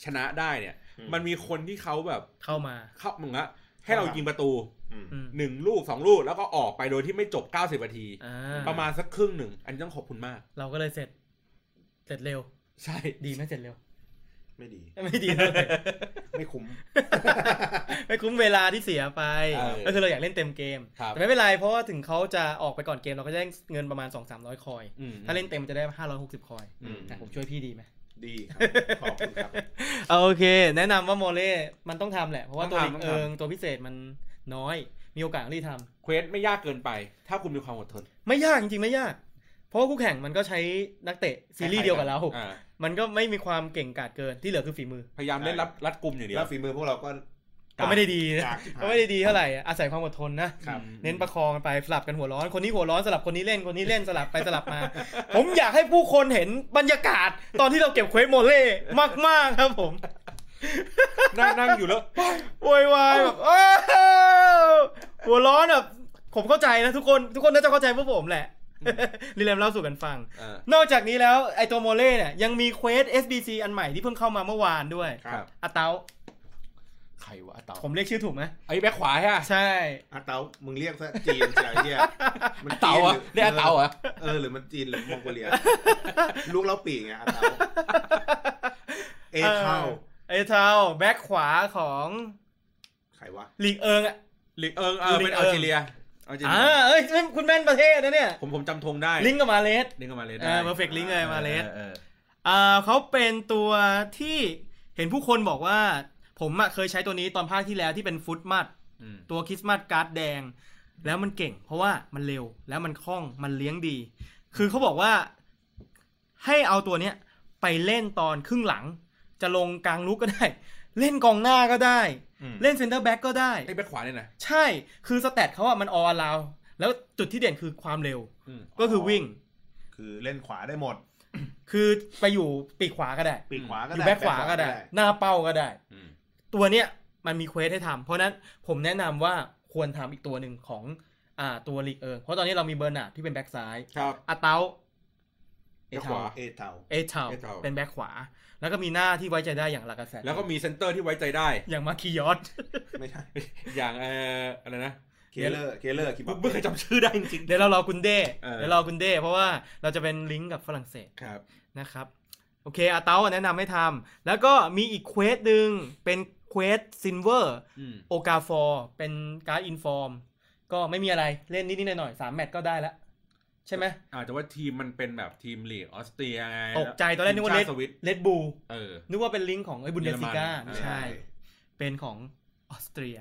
[SPEAKER 3] ชนะได้เนี่ย
[SPEAKER 4] อืม
[SPEAKER 3] มันมีคนที่เขาแบบ
[SPEAKER 2] เข้ามา
[SPEAKER 3] เข้ามึงอะให้เรายิงประตู
[SPEAKER 4] อืม
[SPEAKER 2] อืม
[SPEAKER 3] หนึ่งลูกสองลูกแล้วก็ออกไปโดยที่ไม่จบ 90นาที
[SPEAKER 2] อ่า
[SPEAKER 3] ประมาณสักครึ่งหนึ่ง อันนี้ต้องขอบคุณมาก
[SPEAKER 2] เราก็เลยเสร็จ เสร็จเร็ว
[SPEAKER 3] ใช่
[SPEAKER 2] ดีไหมเสร็จเร็ว
[SPEAKER 4] ไม่ดี
[SPEAKER 2] ไม่ดีเท่าไหร่
[SPEAKER 4] ไม่คุ้ม
[SPEAKER 2] ไม่คุ้มเวลาที่เสียไป
[SPEAKER 3] เออ
[SPEAKER 2] ก็คือเราอยากเล่นเต็มเกม
[SPEAKER 3] ครับ
[SPEAKER 2] แต่ไม่เป็นไรเพราะว่าถึงเขาจะออกไปก่อนเกมเราก็จะได้เงินประมาณ 2 3 0 0 คอย
[SPEAKER 3] อืม
[SPEAKER 2] ถ้าเล่นเต็มจะได้ 560 คอย
[SPEAKER 3] อืม
[SPEAKER 2] อ่ะผมช่วยพี่ดีไหม
[SPEAKER 4] ดีครับขอบคุณครับ
[SPEAKER 2] เอาโอเค แนะนำว่าโมเล่มันต้องทำแหละ เพราะว่า
[SPEAKER 3] ต้
[SPEAKER 2] ตั
[SPEAKER 3] อ
[SPEAKER 2] ว
[SPEAKER 3] งทำ
[SPEAKER 2] เด็ก
[SPEAKER 3] ต้องทำ
[SPEAKER 2] เอิงตัวพิเศษมันน้อย มีโอกาสรีบทำ
[SPEAKER 3] เควสไม่ยากเกินไป ถ้าคุณมีความอดทน
[SPEAKER 2] ไม่ยากจริงๆไม่ยาก เพราะว่าคู่แข่งมันก็ใช้นักเตะซีรีส์เดียวกับเรา
[SPEAKER 3] อ่า
[SPEAKER 2] มันก็ไม่มีความเก่งกาจเกินที่เหลือคือฝีมือ
[SPEAKER 3] พยายามเล่นรัดรัดกลุ่มอย่างเดีย
[SPEAKER 4] แล้ว วฝีมือพวกเราก็
[SPEAKER 2] ก็ไม่ได้ดีนะ
[SPEAKER 4] กากชิบหาย
[SPEAKER 2] ก็ไม่ได้ดีเท่าไหร่อะอาศัยความอดทนนะ
[SPEAKER 4] ครับ
[SPEAKER 2] เน้นประคองกันไปสลับกันหัวร้อน คนนี้หัวร้อนสลับคนนี้เล่นคนนี้เล่นสลับไปสลับมา ผมอยากให้ผู้คนเห็นบรรยากาศตอนที่เราเก็บเควสโมเล่มากๆครับผม
[SPEAKER 3] นั่งนั่งอยู่แล้ว
[SPEAKER 2] โวยวายแบบอ้าวหัวร้อนแบบผมเข้าใจนะทุกคนทุกคนน่าจะเข้าใจพวกผมแหละ
[SPEAKER 3] อืม
[SPEAKER 2] รีแลมเล่าสู่กันฟัง
[SPEAKER 3] เออน
[SPEAKER 2] อกจากนี้แล้วไอตัวโมเล่เนี่ยยังมีเควส SBC อันใหม่ที่เพิ่งเข้ามาเมื่อวานด้วย
[SPEAKER 4] ครับ
[SPEAKER 2] อาเตา
[SPEAKER 3] ใครวะเตา
[SPEAKER 2] ผมเรียกชื่อถูกไหม
[SPEAKER 3] ไอ้แบ็คขวาฮะ
[SPEAKER 2] ใช่
[SPEAKER 4] อาเตามึงเรียกซะจีนใช่เหี้ยมันจีน
[SPEAKER 3] เตาอ่ะ
[SPEAKER 4] หรื
[SPEAKER 3] เนี่ยเตาอ่ะ
[SPEAKER 4] เออหรือมันจีนหรือมองโกเลีย ลูกเล้าปีกไงอาเตาเอเข้า
[SPEAKER 2] ไอเทาแบ็คขวาของ
[SPEAKER 4] ใครวะ
[SPEAKER 2] ลีกเอิงอ่ะ
[SPEAKER 3] หรือเอิงเออเป็นอัลจีเรียอัลจีเรี
[SPEAKER 2] อ่าย เอ้ยเป็นคุณแม่นประเทศนะเนี่ย
[SPEAKER 3] ผมผมจำธงได้
[SPEAKER 2] ลิงก์กับมาเลส
[SPEAKER 3] ลิงก์กับมาเลส
[SPEAKER 2] เออ perfect link เลยมาเลส
[SPEAKER 3] ออออ
[SPEAKER 2] อ่าเขาเป็นตัวที่เห็นผู้คนบอกว่า ผมอะเคยใช้ตัวนี้ตอนภาคที่แล้วที่เป็นฟุตมัด
[SPEAKER 3] อืม
[SPEAKER 2] ตัวคริสต์มาสการ์ดแดง แล้วมันเก่ง เพราะว่ามันเร็วแล้วมันคล่องมันเลี้ยงดี คือเขาบอกว่าให้เอาตัวเนี้ยไปเล่นตอนครึ่งหลัง จะลงกลางลุกก็ได้ เล่นกองหน้าก็ได้
[SPEAKER 4] อืม
[SPEAKER 2] เล่นเซนเตอร์แบ็กก็ได้
[SPEAKER 3] ไอ้แบ็คขวาเนี่ยนะ
[SPEAKER 2] ใช่ คือสแตทเขาอะมันออลาวแล้วจุดที่เด่นคือความเร็ว
[SPEAKER 3] อืม
[SPEAKER 2] ก็คือวิ่ง
[SPEAKER 4] คือเล่นขวาได้หมด
[SPEAKER 2] คือไปอยู่ปีกขวาก็ได้
[SPEAKER 4] ปีกขวาก็
[SPEAKER 2] อ
[SPEAKER 4] ได้
[SPEAKER 2] ยู่แบ็คขวาก็ได้ หน้าเป้าก็ได้
[SPEAKER 3] อืม
[SPEAKER 2] ตัวเนี้ยมันมีเควสให้ทำเพราะฉะนั้นผมแนะนำว่าควรทำอีกตัวหนึ่งของอ่าตัวลีกเอิงเพราะตอนนี้เรามีเบอร์นาร์ดที่เป็นแบ็คซ้าย
[SPEAKER 3] ครับ
[SPEAKER 2] อาเตาเอ
[SPEAKER 4] แบ็คข
[SPEAKER 2] เทาว
[SPEAKER 4] าเอเตา
[SPEAKER 2] เอเทา
[SPEAKER 3] เอเทา
[SPEAKER 2] เป็นแบ็คขวา แล้วก็มีหน้าที่ไว้ใจได้อย่างลากาเซต
[SPEAKER 3] แล้วก็มีเซนเตอร์ที่ไว้ใจได้
[SPEAKER 2] อย่างมาคิยอส
[SPEAKER 4] ไม่ใช่
[SPEAKER 3] อย่างเอ่ออะไรนะ
[SPEAKER 4] เคเลอร์เคเลอร์คิ
[SPEAKER 3] ผ
[SPEAKER 4] บั
[SPEAKER 3] ม
[SPEAKER 4] บ
[SPEAKER 3] ไม่เคยจำชื่อได้จริง
[SPEAKER 2] เดี๋ยวเรารอกุนเด้
[SPEAKER 3] เออ
[SPEAKER 2] เดี๋ยวรอกุนเด้เพราะว่าเราจะเป็นลิงก์กับฝรั่งเศส
[SPEAKER 3] ๆ ครับ
[SPEAKER 2] นะครับ โอเคอาเตาแนะนำให้ทำแล้วก็มีอีกเควสหนึ่งเป็นเควสซินเวอร์
[SPEAKER 3] อืม
[SPEAKER 2] โอกาฟอร์เป็นการ์ดอินฟอร์ม ก็ไม่มีอะไรเล่นนิดๆหน่อยๆสามแมตช์ก็ได้แล้ว ใช่ไหม
[SPEAKER 3] อาจจะว่าทีมมันเป็นแบบทีมลีกออสเตรียไง
[SPEAKER 2] ตกใจตอนแรกนึกว่า
[SPEAKER 3] ทีม
[SPEAKER 2] เล
[SPEAKER 3] ชา
[SPEAKER 2] ด
[SPEAKER 3] ติสวิต
[SPEAKER 2] เลดบู
[SPEAKER 3] เออ
[SPEAKER 2] นึกว่าเป็นลิงก์ของไอ้บุนเดสซิก้า
[SPEAKER 3] เยอรมัน
[SPEAKER 2] ไม่ใช่ เป็นของออสเตรีย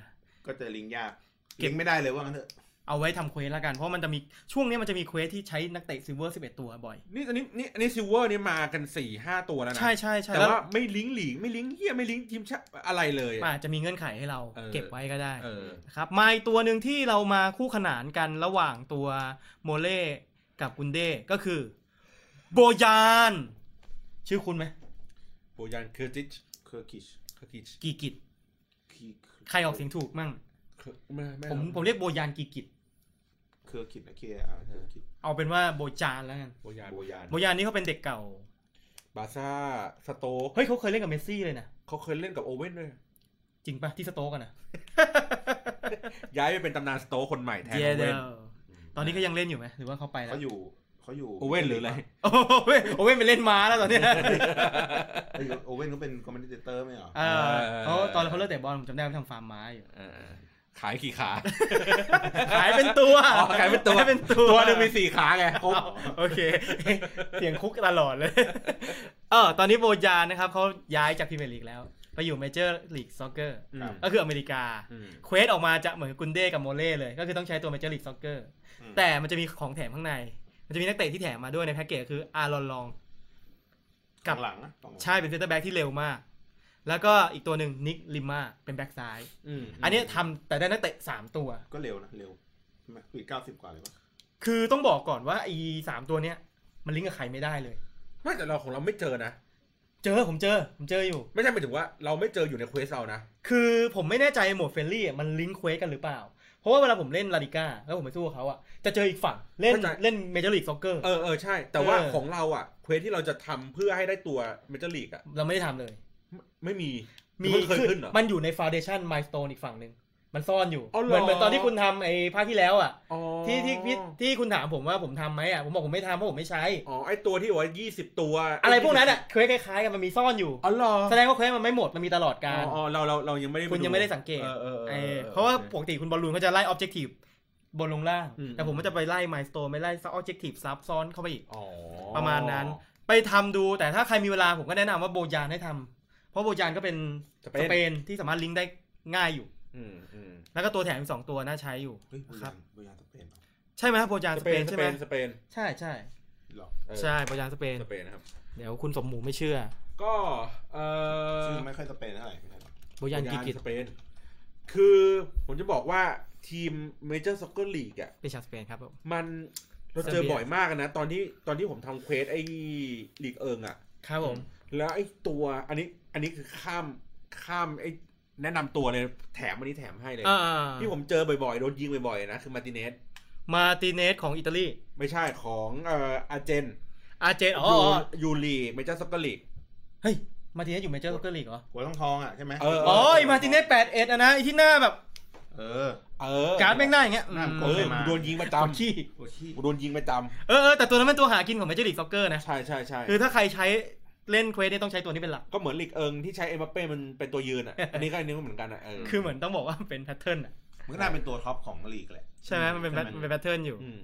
[SPEAKER 4] ก็จะลิงก์ยาก
[SPEAKER 2] เก็บ
[SPEAKER 4] ลิงก์ไม่ได้เลยว่างั้นเถอะ
[SPEAKER 2] เอาไว้ทำเควสละกัน เพราะมันจะมีช่วงนี้มันจะมีเควสที่ใช้นักเตะซิลเวอร์11 ตัวบ่อย
[SPEAKER 3] นี่อันนี้นี่อันนี้ซิลเวอร์นี่มากันสี่ห้าตัวแล้วนะ
[SPEAKER 2] ใช่ใช่ใช่
[SPEAKER 3] แต่
[SPEAKER 2] แล้ว
[SPEAKER 3] ว่าไม่ลิงก์ลีกไม่ลิงก์เฮียไม่ลิงก์ทีมชาติอะไรเลยอะ
[SPEAKER 2] มันอาจจะมีเงื่อนไขให้เรา
[SPEAKER 3] เออ
[SPEAKER 2] เก็บไว้ก็ได้
[SPEAKER 3] เออ
[SPEAKER 2] นะครับมาอีกตัวหนึ่งที่เรามาคู่ขนานกันระหว่างตัวโมเล่กับกุนเด้ก็คือโบยานชื่อคุณไหม
[SPEAKER 3] โบยานเคอร์ติช
[SPEAKER 4] เคอร์คิช
[SPEAKER 3] เคอร์ติช
[SPEAKER 2] กีกิจ
[SPEAKER 4] คี
[SPEAKER 2] ใครออกเสียงถูกมั่ง
[SPEAKER 3] ไม่ไม่
[SPEAKER 2] ผมผมเรียกโบยานกีกิจ
[SPEAKER 4] เคอร์คิชนะเคอาเคอร์คิช
[SPEAKER 2] เอาเป็นว่าโบจานแล้วกัน
[SPEAKER 3] โบยาน
[SPEAKER 4] โบยาน
[SPEAKER 2] โบยานนี่เขาเป็นเด็กเก่า
[SPEAKER 3] บาร์ซ่าสโต๊ก
[SPEAKER 2] เฮ้ยเขาเคยเล่นกับเมสซี่เลยนะ
[SPEAKER 3] เขาเคยเล่นกับโอเว่นด้วย
[SPEAKER 2] จริงปะที่สโต๊กกันนะ
[SPEAKER 3] ย้ายไปเป็นตำนานสโต๊กคนใหม่แทนโอเว่น
[SPEAKER 2] ตอนนี้ก็ยังเล่นอยู่ไหมหรือว่าเขาไปแล้ว
[SPEAKER 4] เขาอยู่เขาอยู่
[SPEAKER 3] โอเว่นหรืออะไร
[SPEAKER 2] โอ้เว้ยโอเว่นไปเล่นม้าแล้วตอนเนี้ย
[SPEAKER 4] เขาอยู่โอเว่นเขาเป็นคอมเมนเตอร์ไม่เหรอ
[SPEAKER 2] เออเขาตอนเขาเลิกเตะบอลผมจำได้ว่าทำฟาร์มม้า อยู่
[SPEAKER 3] เออขายกี่ขา
[SPEAKER 2] ขายเป็นตัว
[SPEAKER 3] อ๋อขายเป็นตัว
[SPEAKER 2] ขายเป็นตัว
[SPEAKER 3] ตัวหนึ่งมีสี่ขาไงครบ
[SPEAKER 2] อ้าวโอเค เสียงคุกตลอดเลย เออตอนนี้โบยานนะครับเขาย้ายจากพรีเมียร์ลีกแล้ว ไปอยู่เมเจอร์ลีกซ็อกเกอร์
[SPEAKER 3] อืม
[SPEAKER 2] ก็คืออเมริกา
[SPEAKER 3] อืม
[SPEAKER 2] เควสออกมาจะเหมือนกุนเด้กับโมเล่เลย ก็คือต้องใช้ตัวเมเจอร์ลีกซ็อกเกอร์แต่มันจะมีของแถมข้างใน มันจะมีนักเตะที่แถมมาด้วยในแพ็กเกจคืออารอนลอง กั
[SPEAKER 4] กั
[SPEAKER 2] บบ
[SPEAKER 4] หลังอะสองหลัง
[SPEAKER 2] ใช่เป็นเซนเตอร์แบ็กที่เร็วมาก แล้วก็อีกตัวหนึ่งนิกลิมาเป็นแบ็กซ้าย
[SPEAKER 3] อืม
[SPEAKER 2] อันเนี้ยทำแต่ได้นักเตะสามตัว
[SPEAKER 4] ก็เร็วนะเร็วใช่ไหมคุยเก้าสิบกว่าเลยวะ
[SPEAKER 2] คือต้องบอกก่อนว่าไอีสามตัวเนี้ยมันลิงก์กับใครไม่ได้เลย
[SPEAKER 3] ไม่แต่เราของเราไม่เจอนะ
[SPEAKER 2] เจอผมเจอผมเจออยู่
[SPEAKER 3] ไม่ใช่หมายถึงว่าเราไม่เจออยู่ในเควสเรานะ
[SPEAKER 2] คือผมไม่แน่ใจโหมดเฟรนลี่อ่ะมันลิงก์เควสกันหรือเปล่า เพราะว่าเวลาผมเล่นลาดิก้าแล้วผมไปสู้กับเขาอ่ะจะเจออีกฝั่งเล่น
[SPEAKER 3] เข้าใจ
[SPEAKER 2] เล่นเมเจอร์ลีกซ็อกเกอร์
[SPEAKER 3] เออเออใช่ แต่ว่า
[SPEAKER 2] เออ
[SPEAKER 3] ของเราอ่ะเควสที่เราจะทำเพื่อให้ได้ตัวเมเจอร์ลีกอ่ะ
[SPEAKER 2] เราไม่ได้ทำเลย
[SPEAKER 3] ไม่ไม่มี
[SPEAKER 2] มี
[SPEAKER 3] นเพิ่งเคย
[SPEAKER 2] ขึ้
[SPEAKER 3] ขึ้
[SPEAKER 2] น
[SPEAKER 3] นเหรอ
[SPEAKER 2] มันอยู่ในฟาวเดชั o นม i l สโตนอีกฝั่งหนึ่งมันซ่อนอยู่
[SPEAKER 3] อ๋อเหรอ
[SPEAKER 2] เหมือนเหมือนตอนที่คุณทำไอ้ภาคที่แล้วอ่ะ
[SPEAKER 3] อ๋อ
[SPEAKER 2] ที่ที่ที่ที่คุณถามผมว่าผมทำไหมอ่ะผมบอกผมไม่ทำเพราะผมไม่ใช้
[SPEAKER 3] อ๋อไอตัวที่บอกว่ายี่สิบตัว
[SPEAKER 2] อะไรพวกนั้นอ่ะเควสคล้ายๆกันมันมีซ่อนอยู่
[SPEAKER 3] อ๋อเหรอ
[SPEAKER 2] แสดงว่าเควสมันไม่หมดมันมีตลอด
[SPEAKER 3] อ๋
[SPEAKER 2] การ
[SPEAKER 3] ออ๋อเราเราเรายังไม่ได้ป
[SPEAKER 2] คุณยังไม่ได้สังเกต
[SPEAKER 3] เออเออออ
[SPEAKER 2] เอ
[SPEAKER 3] อ
[SPEAKER 2] อ
[SPEAKER 3] อ
[SPEAKER 2] เพราะว่าปกติคุณบอลลูนเขาจะไล่ออบเจกตีฟบนลงล่าง
[SPEAKER 3] อืม
[SPEAKER 2] แต่ผมก็จะไปไล่มายสโตนไปไล่ซับออบเจกตีฟซับซ้อนเข้าไปอีก
[SPEAKER 3] อ๋อ
[SPEAKER 2] ประมาณนั้น ไปทำดูแต่ถ้าใครมีเวลาผมก็แนะนำว่าโบยานให้ทำเพราะโบยานก็เป็น
[SPEAKER 3] ส
[SPEAKER 2] ส
[SPEAKER 3] เป
[SPEAKER 2] เป
[SPEAKER 3] น
[SPEAKER 2] นที่สามารถลิงก์ได้ง่ายอยู่
[SPEAKER 3] อืมอืม
[SPEAKER 2] แล้วก็ตัวแถมอีกสองตัวน่าใช้อยู่
[SPEAKER 4] เฮ้ย
[SPEAKER 2] ครับ
[SPEAKER 4] โบยานสเปนเหรอ
[SPEAKER 2] ใช่ไหมครับโบยาน
[SPEAKER 3] ส
[SPEAKER 2] ส
[SPEAKER 3] เป
[SPEAKER 2] เป
[SPEAKER 3] น
[SPEAKER 2] น
[SPEAKER 3] ส
[SPEAKER 2] ใช่
[SPEAKER 3] เป
[SPEAKER 2] ไหม
[SPEAKER 3] นสเปน
[SPEAKER 2] ใช่ใช่
[SPEAKER 4] หรอ
[SPEAKER 3] เออ
[SPEAKER 2] ใช่โบยานสเปน
[SPEAKER 3] สเปนนะครับ
[SPEAKER 2] เดี๋ยวคุณสมหมูไม่เชื่อ
[SPEAKER 3] ก็เออ
[SPEAKER 4] ซึ่งไม่ค่อยสเปนเท่าไหร่ไม่ใช่หรอ
[SPEAKER 2] โบยานกิกิต
[SPEAKER 3] สเปน คือผมจะบอกว่าทีมเมเจอร์ซ็อกเกอร์ลีกอ่ะ
[SPEAKER 2] เป็นชาวสเปนครับผม
[SPEAKER 3] มันเราเจอบ่อยมากนะ ตอนที่ตอนที่ผมทำเควสไอ้ลีกเอิงอ่ะ
[SPEAKER 2] ครับผม
[SPEAKER 3] แล้วไอ้ตัวอันนี้อันนี้คือข้ามข้ามไอ้แนะนำตัวเลย แถมอันนี้แถมให้เลย
[SPEAKER 2] อ่า
[SPEAKER 3] ที่ผมเจอบ่อยๆ โดนยิงบ่อยๆ นะ คือมาร์ติเนส
[SPEAKER 2] มาร์ติเนสของอิตาลี
[SPEAKER 3] ไม่ใช่ของเอ่ออาร์เจน
[SPEAKER 2] อาร์เจนอ๋อ
[SPEAKER 3] ยู
[SPEAKER 2] อ๋อ
[SPEAKER 3] ยูรีเมเจอร์ซ็อกเกอร์ลีก
[SPEAKER 2] เฮ้ยมาร์ติเนสอยู่เมเจอร์ซ็อกเกอร์ลีกเหรอ
[SPEAKER 4] หัวทองทองอ่ะใช่ไหม
[SPEAKER 3] เออ
[SPEAKER 2] อ๋อไอ้มาร์ติเนสแปดเอ็ดอะนะไอ้ที่หน้าแบบ
[SPEAKER 4] เออ
[SPEAKER 3] เออ
[SPEAKER 2] การ์ดแม่งหน้าอย่างเงี้ย
[SPEAKER 4] หน้ามัน
[SPEAKER 3] เออกูโดนยิงประจ
[SPEAKER 2] ตามขี้
[SPEAKER 4] โอ้ชี้
[SPEAKER 3] ำกูโดนยิงประจ
[SPEAKER 2] เออเออแต่ตัวนั้นเป็นตัวหากินของเมเจอร์ลีกซ็อกเกอร์นะ
[SPEAKER 3] ำใช่ใช่ใช่
[SPEAKER 2] คือถ้าใครใช้เล่นเควสเนี่ยต้องใช้ตัวนี้เป็นหลัก
[SPEAKER 3] ก็เหมือนลีกเอิงที่ใช้เอ็มบัปเป้มันเป็นตัวยื นอ่ะ อันนี้ก็อันนี้ก็เหมือนกันอ่ะเออ
[SPEAKER 2] คือเหมือนต้องบอกว่ามันเป็นแพทเทิร์นอ่ะ
[SPEAKER 4] มันก็น่าเป็นตัวท็อปของลีกแหละ
[SPEAKER 2] ใช่ไหมมันเป็นแพท
[SPEAKER 4] ใช่ไหม
[SPEAKER 2] มันเป็นแพทเทิร์นอยู่
[SPEAKER 3] ม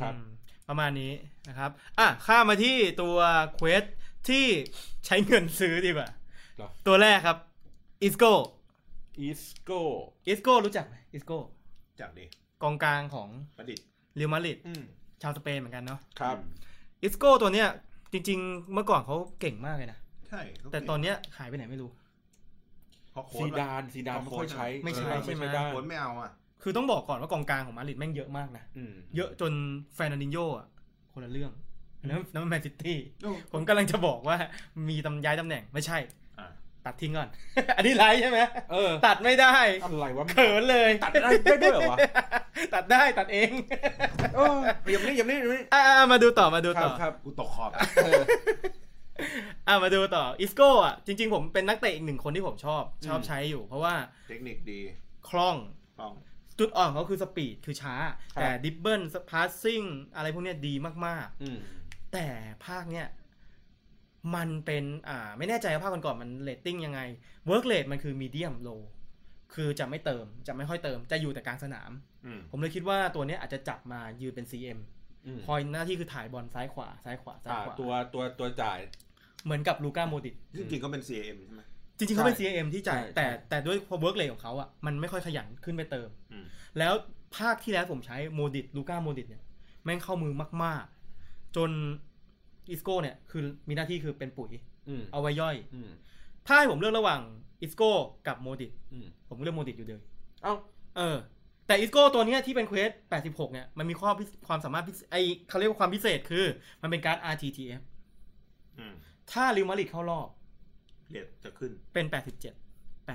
[SPEAKER 3] ครับ
[SPEAKER 2] อืมประมาณนี้นะครับ อ่ะ ข้ามมาที่ตัวเควสที่ใช้เงินซื้อดีกว่า ตัวแรกครับอิสโก
[SPEAKER 3] อีสโก
[SPEAKER 2] อิสโกรู้จักไหมอิสโก
[SPEAKER 4] จากดิ
[SPEAKER 2] กองกลางของ
[SPEAKER 4] ประดิษฐ์
[SPEAKER 2] เรอัลมาดริด
[SPEAKER 3] อืม
[SPEAKER 2] ชาวสเปนเหมือนกันเนาะ
[SPEAKER 3] ครับ
[SPEAKER 2] อิสโกตัวเนี้ยจริง ๆ เมื่อก่อนเขาเก่งมากเลยนะ
[SPEAKER 4] ใช่เขา
[SPEAKER 2] แต่ตอนเนี้ยหายไปไหนไม่รู้
[SPEAKER 4] เพราะโค้
[SPEAKER 3] ซี
[SPEAKER 4] ดอะ
[SPEAKER 3] ดานซีดานไม่ค่อยใช้
[SPEAKER 2] ไม่ใช้
[SPEAKER 3] เออ
[SPEAKER 2] ใช่ไหม
[SPEAKER 3] ด้
[SPEAKER 4] โค้ดไม่เอาอ่ะ
[SPEAKER 2] คือต้องบอกก่อนว่ากองกลางของมาดริดแม่งเยอะมากนะ
[SPEAKER 3] อืม
[SPEAKER 2] เยอะจนแฟนนันดินโยอ่ะ คนละเรื่องอันนั้นนั่นแมนซิตี้ ผมกำลังจะบอกว่ามีตำย้ายตำแหน่งไม่ใช่
[SPEAKER 4] อ่า
[SPEAKER 2] ตัดทิ้งก่อน อันนี้ไลฟ์ใช่ไหม
[SPEAKER 3] เออ
[SPEAKER 2] ตัดไม่ได้
[SPEAKER 3] อะไรวะ
[SPEAKER 2] เขินเลย
[SPEAKER 3] ตัดได้ได้ด้วยเหรอวะ
[SPEAKER 2] ตัดได้ตัดเอง
[SPEAKER 3] เออยังนี่ยังนี่ยังนี่
[SPEAKER 2] อ่ะอ่ะมาดูต่อมาดู
[SPEAKER 3] ครั
[SPEAKER 2] ต่
[SPEAKER 3] บ
[SPEAKER 2] อ
[SPEAKER 3] ครับ
[SPEAKER 4] กูตกขอบ
[SPEAKER 3] เออ
[SPEAKER 2] อ่ะมาดูต่ออิสโก้อ่ะจริง ๆ ผมเป็นนักเตะอีกหนึ่งคนที่ผมชอบ ชอบ
[SPEAKER 3] อืม
[SPEAKER 2] ใช้อยู่ เพราะว่า
[SPEAKER 4] เทคนิคดี
[SPEAKER 2] คล่อง
[SPEAKER 4] ต้อง
[SPEAKER 2] จุดอ่อนของเขาคือสปีดคือช้า
[SPEAKER 3] ครับ
[SPEAKER 2] แต่ดิบเบิลพาสซิ่งอะไรพวกเนี้ยดีมาก
[SPEAKER 3] อืม
[SPEAKER 2] ๆ แต่ภาคเนี้ยมันเป็นอ่าไม่แน่ใจว่าภาคก่อนๆมันเรตติ้งยังไงเวิร์กเรทมันคือมีเดียมโลคือจะไม่เติมจะไม่ค่อยเติมจะอยู่แต่กลางสนาม
[SPEAKER 4] อืม
[SPEAKER 2] ผมเลยคิดว่าตัวเนี้ยอาจจะจับมายืนเป็น CM
[SPEAKER 3] อืม
[SPEAKER 2] คอยหน้าที่คือถ่ายบอลซ้ายขวาซ้ายขวาซ้าย
[SPEAKER 3] อ่า
[SPEAKER 2] ขวา
[SPEAKER 3] ตัวตัวตัวจ่าย
[SPEAKER 2] เหมือนกับลูก้าโมดิต
[SPEAKER 4] จริงๆก็เป็น CAM ใช่ไหม
[SPEAKER 2] จริงๆเขาเป็น CM ที่จ่าย
[SPEAKER 3] ใช่
[SPEAKER 2] แต่
[SPEAKER 3] ใช่
[SPEAKER 2] แต่ด้วยเวิร์กเลของเขาอ่ะมันไม่ค่อยขยันขึ้นไปเติม
[SPEAKER 4] อืม
[SPEAKER 2] แล้วภาคที่แล้วผมใช้โมดิตลูก้าโมดิตเนี่ยแม่งเข้ามือมาก ๆ จนอิสโก้เนี่ยคือมีหน้าที่คือเป็นปุ๋ย
[SPEAKER 3] อืม
[SPEAKER 2] เอาไว้ย่อย
[SPEAKER 3] อืม
[SPEAKER 2] ถ้าให้ผมเลือกระหว่างอิสโก้กับโมดิต
[SPEAKER 3] อืม
[SPEAKER 2] ผมเลือกโมดิตอยู่เดิม
[SPEAKER 3] เอ้า
[SPEAKER 2] เออ แต่อิสโก้ตัวเนี้ยที่เป็นเควส 86 เนี่ยมันมีข้อพิความสามารถพิเศษไอเขาเรียกว่าความพิเศษคือ มันเป็นการ RTTF
[SPEAKER 4] อืม
[SPEAKER 2] ถ้าริวมาดริดเข้ารอบ
[SPEAKER 4] เรียดจะขึ้น
[SPEAKER 2] เป็น 87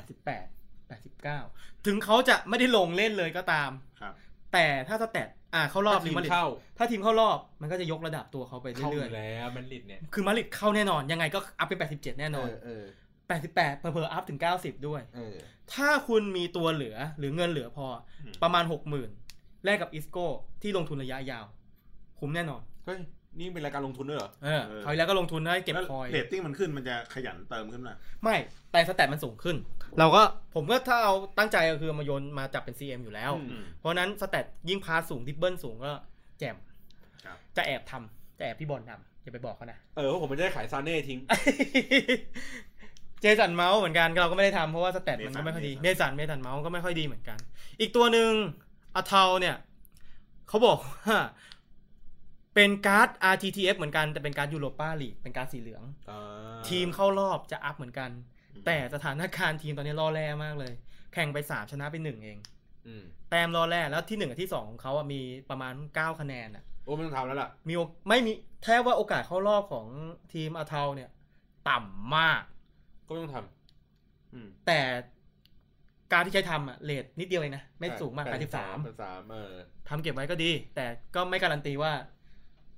[SPEAKER 2] 88 89 ถึงเขาจะไม่ได้ลงเล่นเลยก็ตาม
[SPEAKER 4] ครับ
[SPEAKER 2] แต่ถ้าสแตทอ่าเข้ารอบริ
[SPEAKER 3] ที
[SPEAKER 2] ว
[SPEAKER 3] ม
[SPEAKER 2] มาดริด
[SPEAKER 3] เข้า
[SPEAKER 2] ถ้าทีมเข้ารอบมันก็จะยกระดับตัวเขาไป
[SPEAKER 3] เข้าอ
[SPEAKER 2] เรื่อย
[SPEAKER 3] ยู่แล้วแมนลิดเนี่ย
[SPEAKER 2] ๆ คือมาดริดเข้าแน่นอน ยังไงก็อัพเป็น 87 แน่นอน
[SPEAKER 3] เออ
[SPEAKER 2] 88 เพอเพออัพถึง 90 ด้วย
[SPEAKER 3] เออ
[SPEAKER 2] ถ้าคุณมีตัวเหลือหรือเงินเหลือพออ
[SPEAKER 4] ม
[SPEAKER 2] ประมาณ 60,000 แลกกับอิสโก้ที่ลงทุนระยะยาว คุ้มแน่นอน
[SPEAKER 3] เฮ้ยนี่เป็นรายการลงทุนด้วยเหรอ
[SPEAKER 2] เออคราวที่แล้วก็ลงทุนได้เก็บ
[SPEAKER 4] แล้ว
[SPEAKER 2] คอย
[SPEAKER 4] เรตติ้งมันขึ้นมันจะขยันเติมขึ้นมา
[SPEAKER 2] ไม่ แต่สแตทมันสูงขึ้น เราก็ผมก็ถ้าเอาตั้งใจก็คือเอามาโยนมาจับเป็น CM อยู่แล้ว
[SPEAKER 4] อืม
[SPEAKER 2] เพราะฉะนั้นสแตทยิ่งพาสสูงดิบเบิลสูงก็แจม
[SPEAKER 4] ครับ
[SPEAKER 2] จะแอบทำจะแอบพี่บอลทำอย่าไปบอกเขานะ
[SPEAKER 3] เออเพราะผมไม่ได้ขายซาเน่ทิ้ง
[SPEAKER 2] เจสันเมาส์เหมือนกันเราก็ไม่ได้ทำเพราะว่าสแตทมันก็ไม่ค่อยดีเมสันเมสันเมาส์ก็ไม่ค่อยดีเหมือนกัน อีกตัวหนึ่งอาเทาเนี่ยเขาบอกว่า เป็นการ์ด RTTF เหมือนกันแต่เป็นการ์ดยูโรป้าลีกเป็นการ์ดสีเหลือง
[SPEAKER 3] อ่า
[SPEAKER 2] ทีมเข้ารอบจะอัพเหมือนกัน แต่สถานการณ์ทีมตอนนี้ล่อแร่มากเลย แข่งไปสามชนะไปหนึ่งเอง
[SPEAKER 3] อืม
[SPEAKER 2] แต้มล่อแร่แล้วที่หนึ่งกับที่สองของเขาอะมีประมาณ 9 คะแนนอะ
[SPEAKER 3] โอ้ไม่ต้องทำแล้วล่ะ
[SPEAKER 2] มีโอไม่มีแทบว่าโอกาสเข้ารอบของทีมอาเทาเนี่ย ต่ำมาก
[SPEAKER 3] ก็ไม่ต้องท
[SPEAKER 4] อืม
[SPEAKER 2] แต่การที่ใช้ทำอะเลทนิดเดียวเองนะ
[SPEAKER 3] ำ
[SPEAKER 2] ไม่สูงมาก
[SPEAKER 3] แปดสิบสาม
[SPEAKER 2] 83
[SPEAKER 3] แปดสิบสามเออ
[SPEAKER 2] ทำเก็บไว้ก็ดี แต่ก็ไม่การันตีว่า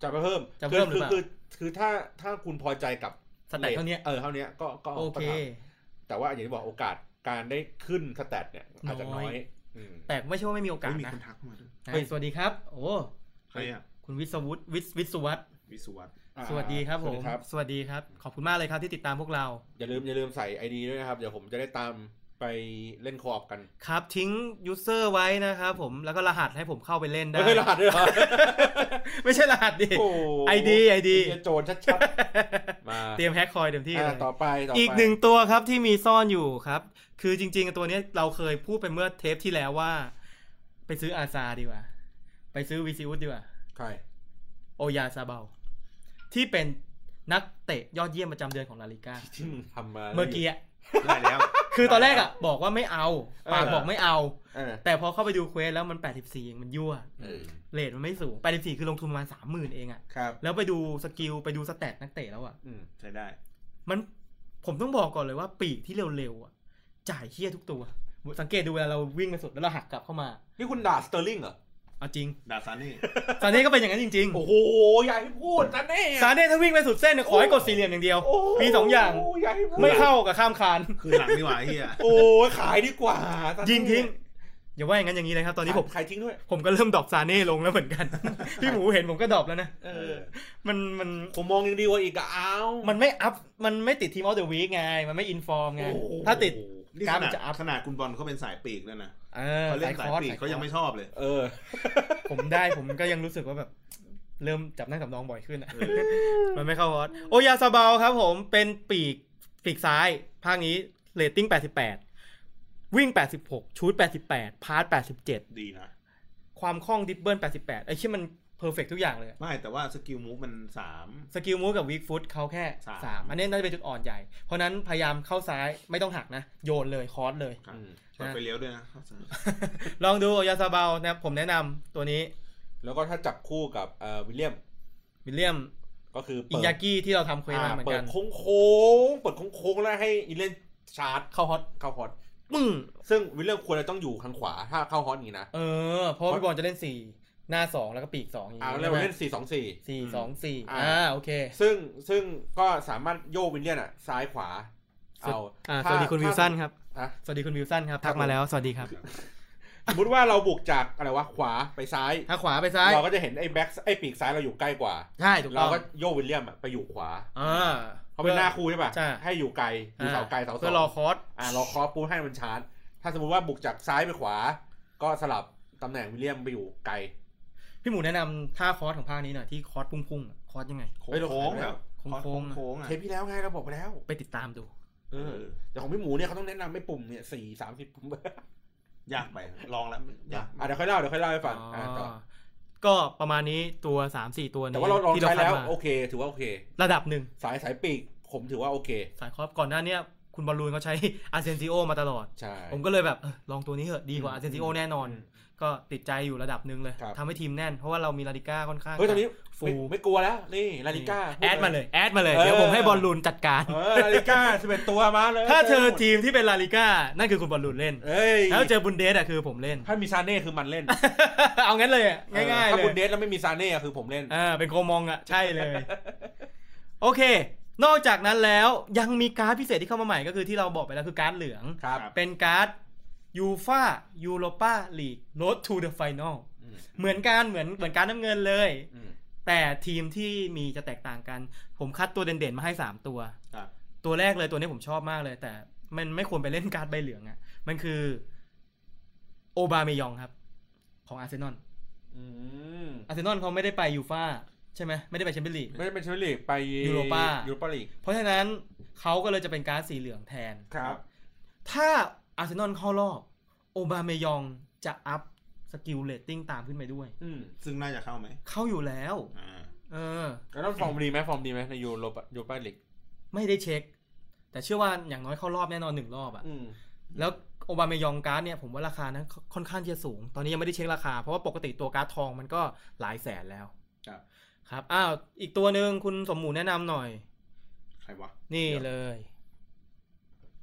[SPEAKER 3] จะไปเพิ่ม
[SPEAKER 2] จะเพิ่มหรือเปล่า
[SPEAKER 3] คือคือถ้าถ้าคุณพอใจกับ
[SPEAKER 2] สแตทเท่านี้
[SPEAKER 3] เออเท่าเนี้ยก็ก็
[SPEAKER 2] โอเค
[SPEAKER 3] ก็ทำแต่ว่าอย่างที่บอกโอกาสการได้ขึ้นสแตทเนี่ยอาจจะน้อ
[SPEAKER 2] น้อย ย
[SPEAKER 3] อืม
[SPEAKER 2] แต่ไม่ใช่ว่าไม่มีโอกาส
[SPEAKER 4] เฮ้ยมี
[SPEAKER 2] นะ
[SPEAKER 4] คนทักมาด้วย
[SPEAKER 3] เฮ้ย
[SPEAKER 2] สวัสดีครับ โอ้
[SPEAKER 4] ใครอ่ะ
[SPEAKER 2] คุณวิศวุฒิวิศวิศวัตร
[SPEAKER 4] วิสุวัต
[SPEAKER 3] อ่า
[SPEAKER 2] สวัสดีครับ
[SPEAKER 3] ส
[SPEAKER 2] ผ
[SPEAKER 3] วัส
[SPEAKER 2] ม
[SPEAKER 3] ดีครับ
[SPEAKER 2] สวัสดีครับ ขอบคุณมากเลยครับที่ติดตามพวกเรา
[SPEAKER 3] อย่าลืมอย่าลืมใส่ไอดีด้วยนะครับ เดี๋ยวผมจะได้ตามไปเล่นคอร์ปกัน
[SPEAKER 2] ครับทิ้งยูเซอร์ไว้นะครับผมแล้วก็รหัสให้ผมเข้าไปเล่นได้
[SPEAKER 3] ไม่ใช่รหัสด้วยเห รอ
[SPEAKER 2] ไม่ใช่รหัสดิ
[SPEAKER 3] โอ้
[SPEAKER 2] ID ID
[SPEAKER 3] เหี้ยโจรชัดๆ มา
[SPEAKER 2] เตรียมแฮกคอยเต็มที่เล
[SPEAKER 3] อ่ะ
[SPEAKER 2] ย
[SPEAKER 3] ต่อไปต่อไป
[SPEAKER 2] อีกหนึ่งตัวครับที่มีซ่อนอยู่ครับ คือจริง ๆ ตัวเนี้ยเราเคยพูดไปเมื่อเทปที่แล้วว่า ไปซื้ออาซาดีกว่า ไปซื้อวีซิอุสดีกว่า
[SPEAKER 3] ใคร
[SPEAKER 2] โอยาซาเบา ที่เป็นนักเตะยอดเยี่ยมประจำเดือนของลาลิก้า
[SPEAKER 3] ที่มึงทำมา
[SPEAKER 2] เมื่อกี้อะ
[SPEAKER 4] ได้แล้ว
[SPEAKER 2] คือตอนแรกอ่ะ บอกว่าไม่เอาปากบอกไม่เอา
[SPEAKER 3] เออ
[SPEAKER 2] แต่พอเข้าไปดูเควสแล้วมัน 84เองมันยั่ว
[SPEAKER 3] เออ
[SPEAKER 2] เรทมันไม่สูง 84 คือลงทุนประมาณ 30,000 เองอ่ะ
[SPEAKER 3] ครับ
[SPEAKER 2] แล้วไปดูสกิล ไปดูสแตทนักเตะแล้วอ่ะ
[SPEAKER 3] อืม
[SPEAKER 4] ใช้ได้
[SPEAKER 2] มันผมต้องบอกก่อนเลยว่าปีกที่เร็วๆอ่ะ จ่ายเฮี้ยทุกตัว สังเกตดูเวลาเราวิ่งไปสุดแล้วเราหักกลับเข้ามา
[SPEAKER 3] นี่คุณด่าสเตอร์ลิงเหรอ
[SPEAKER 2] เอาจริง
[SPEAKER 4] ดาซานี่
[SPEAKER 2] ซาเน่ก็เป็นอย่างนั้นจริง
[SPEAKER 3] โอ้โหอย่าให้พูดนะเนี่ย
[SPEAKER 2] ๆซาเน่ถ้าวิ่งไปสุดเส้นเนี่ยขอให้กดสี่เหลี่ยมอย่างเดียว
[SPEAKER 3] โอ้โห
[SPEAKER 2] มีสองอย่าง
[SPEAKER 3] อย่าให้พูด
[SPEAKER 2] ไม่เข้ากับข้ามคาน
[SPEAKER 4] คือหลังนี่หว่าไอ้เฮีย
[SPEAKER 3] โอ้ยขายดีกว่าตอนนี้
[SPEAKER 2] ยิงทิ้ง อย่าว่าอย่างนั้นอย่างนี้เลยครับ ตอนนี้ผม
[SPEAKER 3] ขายทิ้งด้วย
[SPEAKER 2] ผมก็เริ่มดรอปซาเน่ลงแล้วเหมือนกัน พี่หมูเห็นผมก็ดรอปแล้วนะ
[SPEAKER 3] เอ
[SPEAKER 4] เอ
[SPEAKER 3] อ
[SPEAKER 4] อ
[SPEAKER 2] มันมัน
[SPEAKER 3] ผมมองยังดีกว่าอีกอะเอ้าว
[SPEAKER 2] มันไม่อัพ มันไม่ติดทีมออฟเดอะวีคไง มันไม่อินฟอร์มไง
[SPEAKER 3] โอ้โห
[SPEAKER 2] ถ้าติด
[SPEAKER 4] นี่
[SPEAKER 2] ก
[SPEAKER 4] ข
[SPEAKER 2] ราฟมัน
[SPEAKER 4] นาด
[SPEAKER 2] จะอัพ
[SPEAKER 4] ขนาดคุณบอลเขาเป็นสายปีกด้วยนะ
[SPEAKER 2] เออ
[SPEAKER 4] เขาเล่นสาย
[SPEAKER 2] คอร์ส
[SPEAKER 4] ปีก
[SPEAKER 2] คอร์ส
[SPEAKER 4] เขายังไม่ชอบเลย
[SPEAKER 3] เออ
[SPEAKER 2] ผมได้ผมก็ยังรู้สึกว่าแบบ เริ่มจับนั่งกับน้องบ่อยขึ้นอะ
[SPEAKER 4] เออ
[SPEAKER 2] มันไม่เข้าฮอตโอยาซาเบาครับผมเป็นปีกปีกซ้าย ภาคนี้เรตติ้ง 88 วิ่ง 86 ชูด88 พาร์ต
[SPEAKER 4] ดีนะ
[SPEAKER 2] 87 ความคล่องดิฟเบิล88 ไอ้เชี่ยมันเพอร์เฟกทุกอย่างเลยอะ
[SPEAKER 4] ไม่แต่ว่าสกิลมูฟมันสาม
[SPEAKER 2] สกิลมูฟกับวีคฟุตเขาแค่
[SPEAKER 4] สาม
[SPEAKER 2] 3 อันนี้น่าจะเป็นจุดอ่อนใหญ่ เพราะนั้นพยายามเข้าซ้ายไม่ต้องหักนะ โยนเลยคอร์สเลย
[SPEAKER 4] ครับ
[SPEAKER 3] อืม
[SPEAKER 4] กดไปเลี้ยวด้วยนะเข้าซ้าย
[SPEAKER 2] ลองดูยาซาเบานะครับผมแนะนำตัวนี้
[SPEAKER 3] แล้วก็ถ้าจับคู่กับเอ่อวิลเลียม
[SPEAKER 2] วิลเลียม
[SPEAKER 3] ก็คือ
[SPEAKER 2] อิ
[SPEAKER 3] เปิด
[SPEAKER 2] ยากิที่เราทำเควสมา
[SPEAKER 3] อ่า
[SPEAKER 2] เหมือน
[SPEAKER 3] เปิ
[SPEAKER 2] กั
[SPEAKER 3] ด
[SPEAKER 2] น
[SPEAKER 3] โค้งโค้งๆเปิดโค้งโค้งๆแล้วให้อีเล่นชาร์จ
[SPEAKER 2] เข้าฮอต
[SPEAKER 3] เข้าฮอต
[SPEAKER 2] ปึ้ง
[SPEAKER 3] ซึ่งวิลเลียมควรจะต้องอยู่ทางขวาถ้าเข้าฮอตอย่างนี้นะ
[SPEAKER 2] เออ เพราะว่าพี่บอลจะเล่นสี่หน้าสองแล้วก็ปีกสองอย่าง
[SPEAKER 3] อ่า
[SPEAKER 2] งี้
[SPEAKER 3] เรียก
[SPEAKER 2] ใช่
[SPEAKER 3] ว่า
[SPEAKER 2] ไหม
[SPEAKER 3] เล่นสี่สองสี่
[SPEAKER 2] สี่สองสี่
[SPEAKER 3] อ่า
[SPEAKER 2] อ่าโอเค
[SPEAKER 3] ซึ่งซึ่งก็สามารถโยกวิลเลียนอ่ะ ซ้ายขวา เอา
[SPEAKER 2] อ่า
[SPEAKER 3] ถ้
[SPEAKER 2] สวัสดีคุณวิลสันครับ
[SPEAKER 3] ฮะ
[SPEAKER 2] สวัสดีคุณวิลสันครับ
[SPEAKER 3] ครั
[SPEAKER 2] ทั
[SPEAKER 3] บ
[SPEAKER 2] กมาแล้วสวัสดีครับ
[SPEAKER 3] สมมติว่าเราบุกจากอะไรวะ ขวาไปซ้าย
[SPEAKER 2] ถ้าขวาไปซ้าย
[SPEAKER 3] เราก็จะเห็นไอ้แบ็คไอ้ปีกซ้ายเราอยู่ใกล้กว่า
[SPEAKER 2] ใช่ถูก
[SPEAKER 3] เรา
[SPEAKER 2] ต้อง
[SPEAKER 3] ก็โยกวิลเลียมอ่ะไปอยู่ขวา
[SPEAKER 2] อ่า
[SPEAKER 3] เขาะเป็นหน้าคู่ใช่ป่ะ
[SPEAKER 2] ใช่
[SPEAKER 3] ให้อยู่ไกล อยู่เสาไกลเสาส
[SPEAKER 2] เพื่
[SPEAKER 3] อ
[SPEAKER 2] อรอง คอร์ส
[SPEAKER 3] อ่าเราเคอปูให้มันชาร์จ ถ้าสมมติว่าบุกจากซ้ายไปขวา ก็สลับตำแหน่งวิลเลียมไปอยู่ไกล
[SPEAKER 2] พี่หมูแนะนำท่าคอร์สของภาคนี้หน่อยที่คอร์สพุ่งๆอะคอร์สยังไง
[SPEAKER 4] โค้
[SPEAKER 3] เฮ้ยเราขาย
[SPEAKER 4] ง
[SPEAKER 3] ไป
[SPEAKER 4] แบ
[SPEAKER 3] แล้ว
[SPEAKER 4] บ
[SPEAKER 2] โค้งๆ
[SPEAKER 4] โค้งๆอ่ะ
[SPEAKER 3] เทปที่แล้วไงเราบอกไปแล้ว
[SPEAKER 2] ไปติดตามดู
[SPEAKER 3] เออ
[SPEAKER 4] เออ
[SPEAKER 3] แต่ของพี่หมูเนี่ยเขาต้องแนะนำไม่ปุ่มเนี่ยสี่สามสิบปุ่ม
[SPEAKER 4] ยากไป ลองแล้วยาก
[SPEAKER 3] อ่ะเดี๋ยวค่อยเล่าเดี๋ยวค่อยเล่าให้ฟัง
[SPEAKER 2] อ๋อ
[SPEAKER 3] อ่ะต่อ
[SPEAKER 2] ก็ประมาณนี้ตัวสามสี่ตัวนี้
[SPEAKER 3] แต่ว่าเราลอง
[SPEAKER 2] ที่
[SPEAKER 3] ใช้
[SPEAKER 2] คัด
[SPEAKER 3] แล้ว
[SPEAKER 2] มา
[SPEAKER 3] โอเค ถือว่าโอเค
[SPEAKER 2] ระดับหนึ่ง
[SPEAKER 3] สายสายปีกผมถือว่าโอเค
[SPEAKER 2] สายครอบก่อนหน้าเนี้ยคุณบอลลูนเขาใช้ อาเซนซิโอมาตลอด
[SPEAKER 3] ใช่
[SPEAKER 2] ผมก็เลยแบบเออลองตัวนี้เถอะดีกว่า
[SPEAKER 3] อืม
[SPEAKER 2] อาเซนซิโอแน่นอน ก็ติดใจอยู่ระดับหนึ่งเลย
[SPEAKER 3] ครับ
[SPEAKER 2] ทำให้ทีมแน่น เพราะว่าเรามีลาลิก้าค่อนข้าง
[SPEAKER 3] เฮ้ยตอนนี้
[SPEAKER 2] ฟู
[SPEAKER 3] ไม่ไม่กลัวแล้ว นี่ลาลิก้า
[SPEAKER 2] แอดมาเลยแอดมาเลย
[SPEAKER 3] ออ
[SPEAKER 2] เดี๋ยวผมให้บอลลูนจัดการ
[SPEAKER 3] เออลาลิก้าสิบเอ็ดตัวมาเลย
[SPEAKER 2] ถ้าเจอทีมที่เป็นลาลิก้านั่นคือคุณบอลลูนเล่น
[SPEAKER 3] เอ้ย
[SPEAKER 2] แล้วเจอบุนเดสอะคือผมเล่น
[SPEAKER 3] ถ้ามีซาเน่คือมันเล่น
[SPEAKER 2] เอางั้นเลยอะง่ายๆ
[SPEAKER 3] ถ้า
[SPEAKER 2] เล
[SPEAKER 3] บุ
[SPEAKER 2] ย
[SPEAKER 3] นเดสแล้วไม่มีซาเน่อะคือผมเล่น
[SPEAKER 2] อ่าเป็นโคมองอะใช่เลย โอเค นอกจากนั้นแล้วยังมีการ์ดพิเศษที่เข้ามาใหม่ก็คือที่เราบอกไปแล้วคือการ์ดเหลือง
[SPEAKER 3] ครับ
[SPEAKER 2] เป็นการ์ดยูฟายูโรปาลีกโรดทูเดอะไฟแนล
[SPEAKER 3] อืม
[SPEAKER 2] เหมือนกันเหมือนเหมือนการดน้ำเงินเลย
[SPEAKER 3] อืม
[SPEAKER 2] แต่ทีมที่มีจะแตกต่างกัน ผมคัดตัวเด่นๆมาให้ 3 ตัว
[SPEAKER 4] ครับ
[SPEAKER 2] ตัวแรกเลยตัวนี้ผมชอบมากเลย แต่มันไม่ควรไปเล่นการ์ดใบเหลืองอะ่ะ มันคือโอบาเมยองครับ ของอาร์เซนอล
[SPEAKER 3] อืม
[SPEAKER 2] อาร์เซนอลเขาไม่ได้ไปยูฟาใช่ไหมไม่ได้ไปแชมเปี้ยนลีก
[SPEAKER 3] ไม่ได้เป็นแชมเปี้ยนลีกไป
[SPEAKER 2] ยูโรป้า
[SPEAKER 3] ยูโรปาลีก
[SPEAKER 2] เพราะฉะนั้นเขาก็เลยจะเป็นการ์ดสีเหลืองแทน
[SPEAKER 3] ครับ
[SPEAKER 2] ถ้าอาร์เซนอลเข้ารอบ โอบาเมยองจะอัพสกิลเลตติ้งตามขึ้นไปด้วย
[SPEAKER 3] อืม
[SPEAKER 4] ซึ่งน่าจะเข้าไหม
[SPEAKER 2] เข้าอยู่แล้ว
[SPEAKER 4] อ่า
[SPEAKER 2] เออ
[SPEAKER 3] แล้วต้องฟอร์มดีไหมฟอร์มดีไหมในยูโรปยูโรปาลีก
[SPEAKER 2] ไม่ได้เช็ค แต่เชื่อว่าอย่างน้อยเข้ารอบแน่นอนหนึ่งรอบอะ
[SPEAKER 3] อืม
[SPEAKER 2] แล้วโอบามายองการ์ดเนี่ยผมว่าราคานั้นค่อนข้างจะสูง ตอนนี้ยังไม่ได้เช็คราคา เพราะว่าปกติตัวการ์ดทองมันก็หลายแสนแล้ว
[SPEAKER 4] ครับ
[SPEAKER 2] ครับอ้าวอีกตัวหนึ่งคุณสมหมูแนะนำหน่อย
[SPEAKER 4] ใครวะ
[SPEAKER 2] นี่
[SPEAKER 4] ดี๋ว
[SPEAKER 2] เลย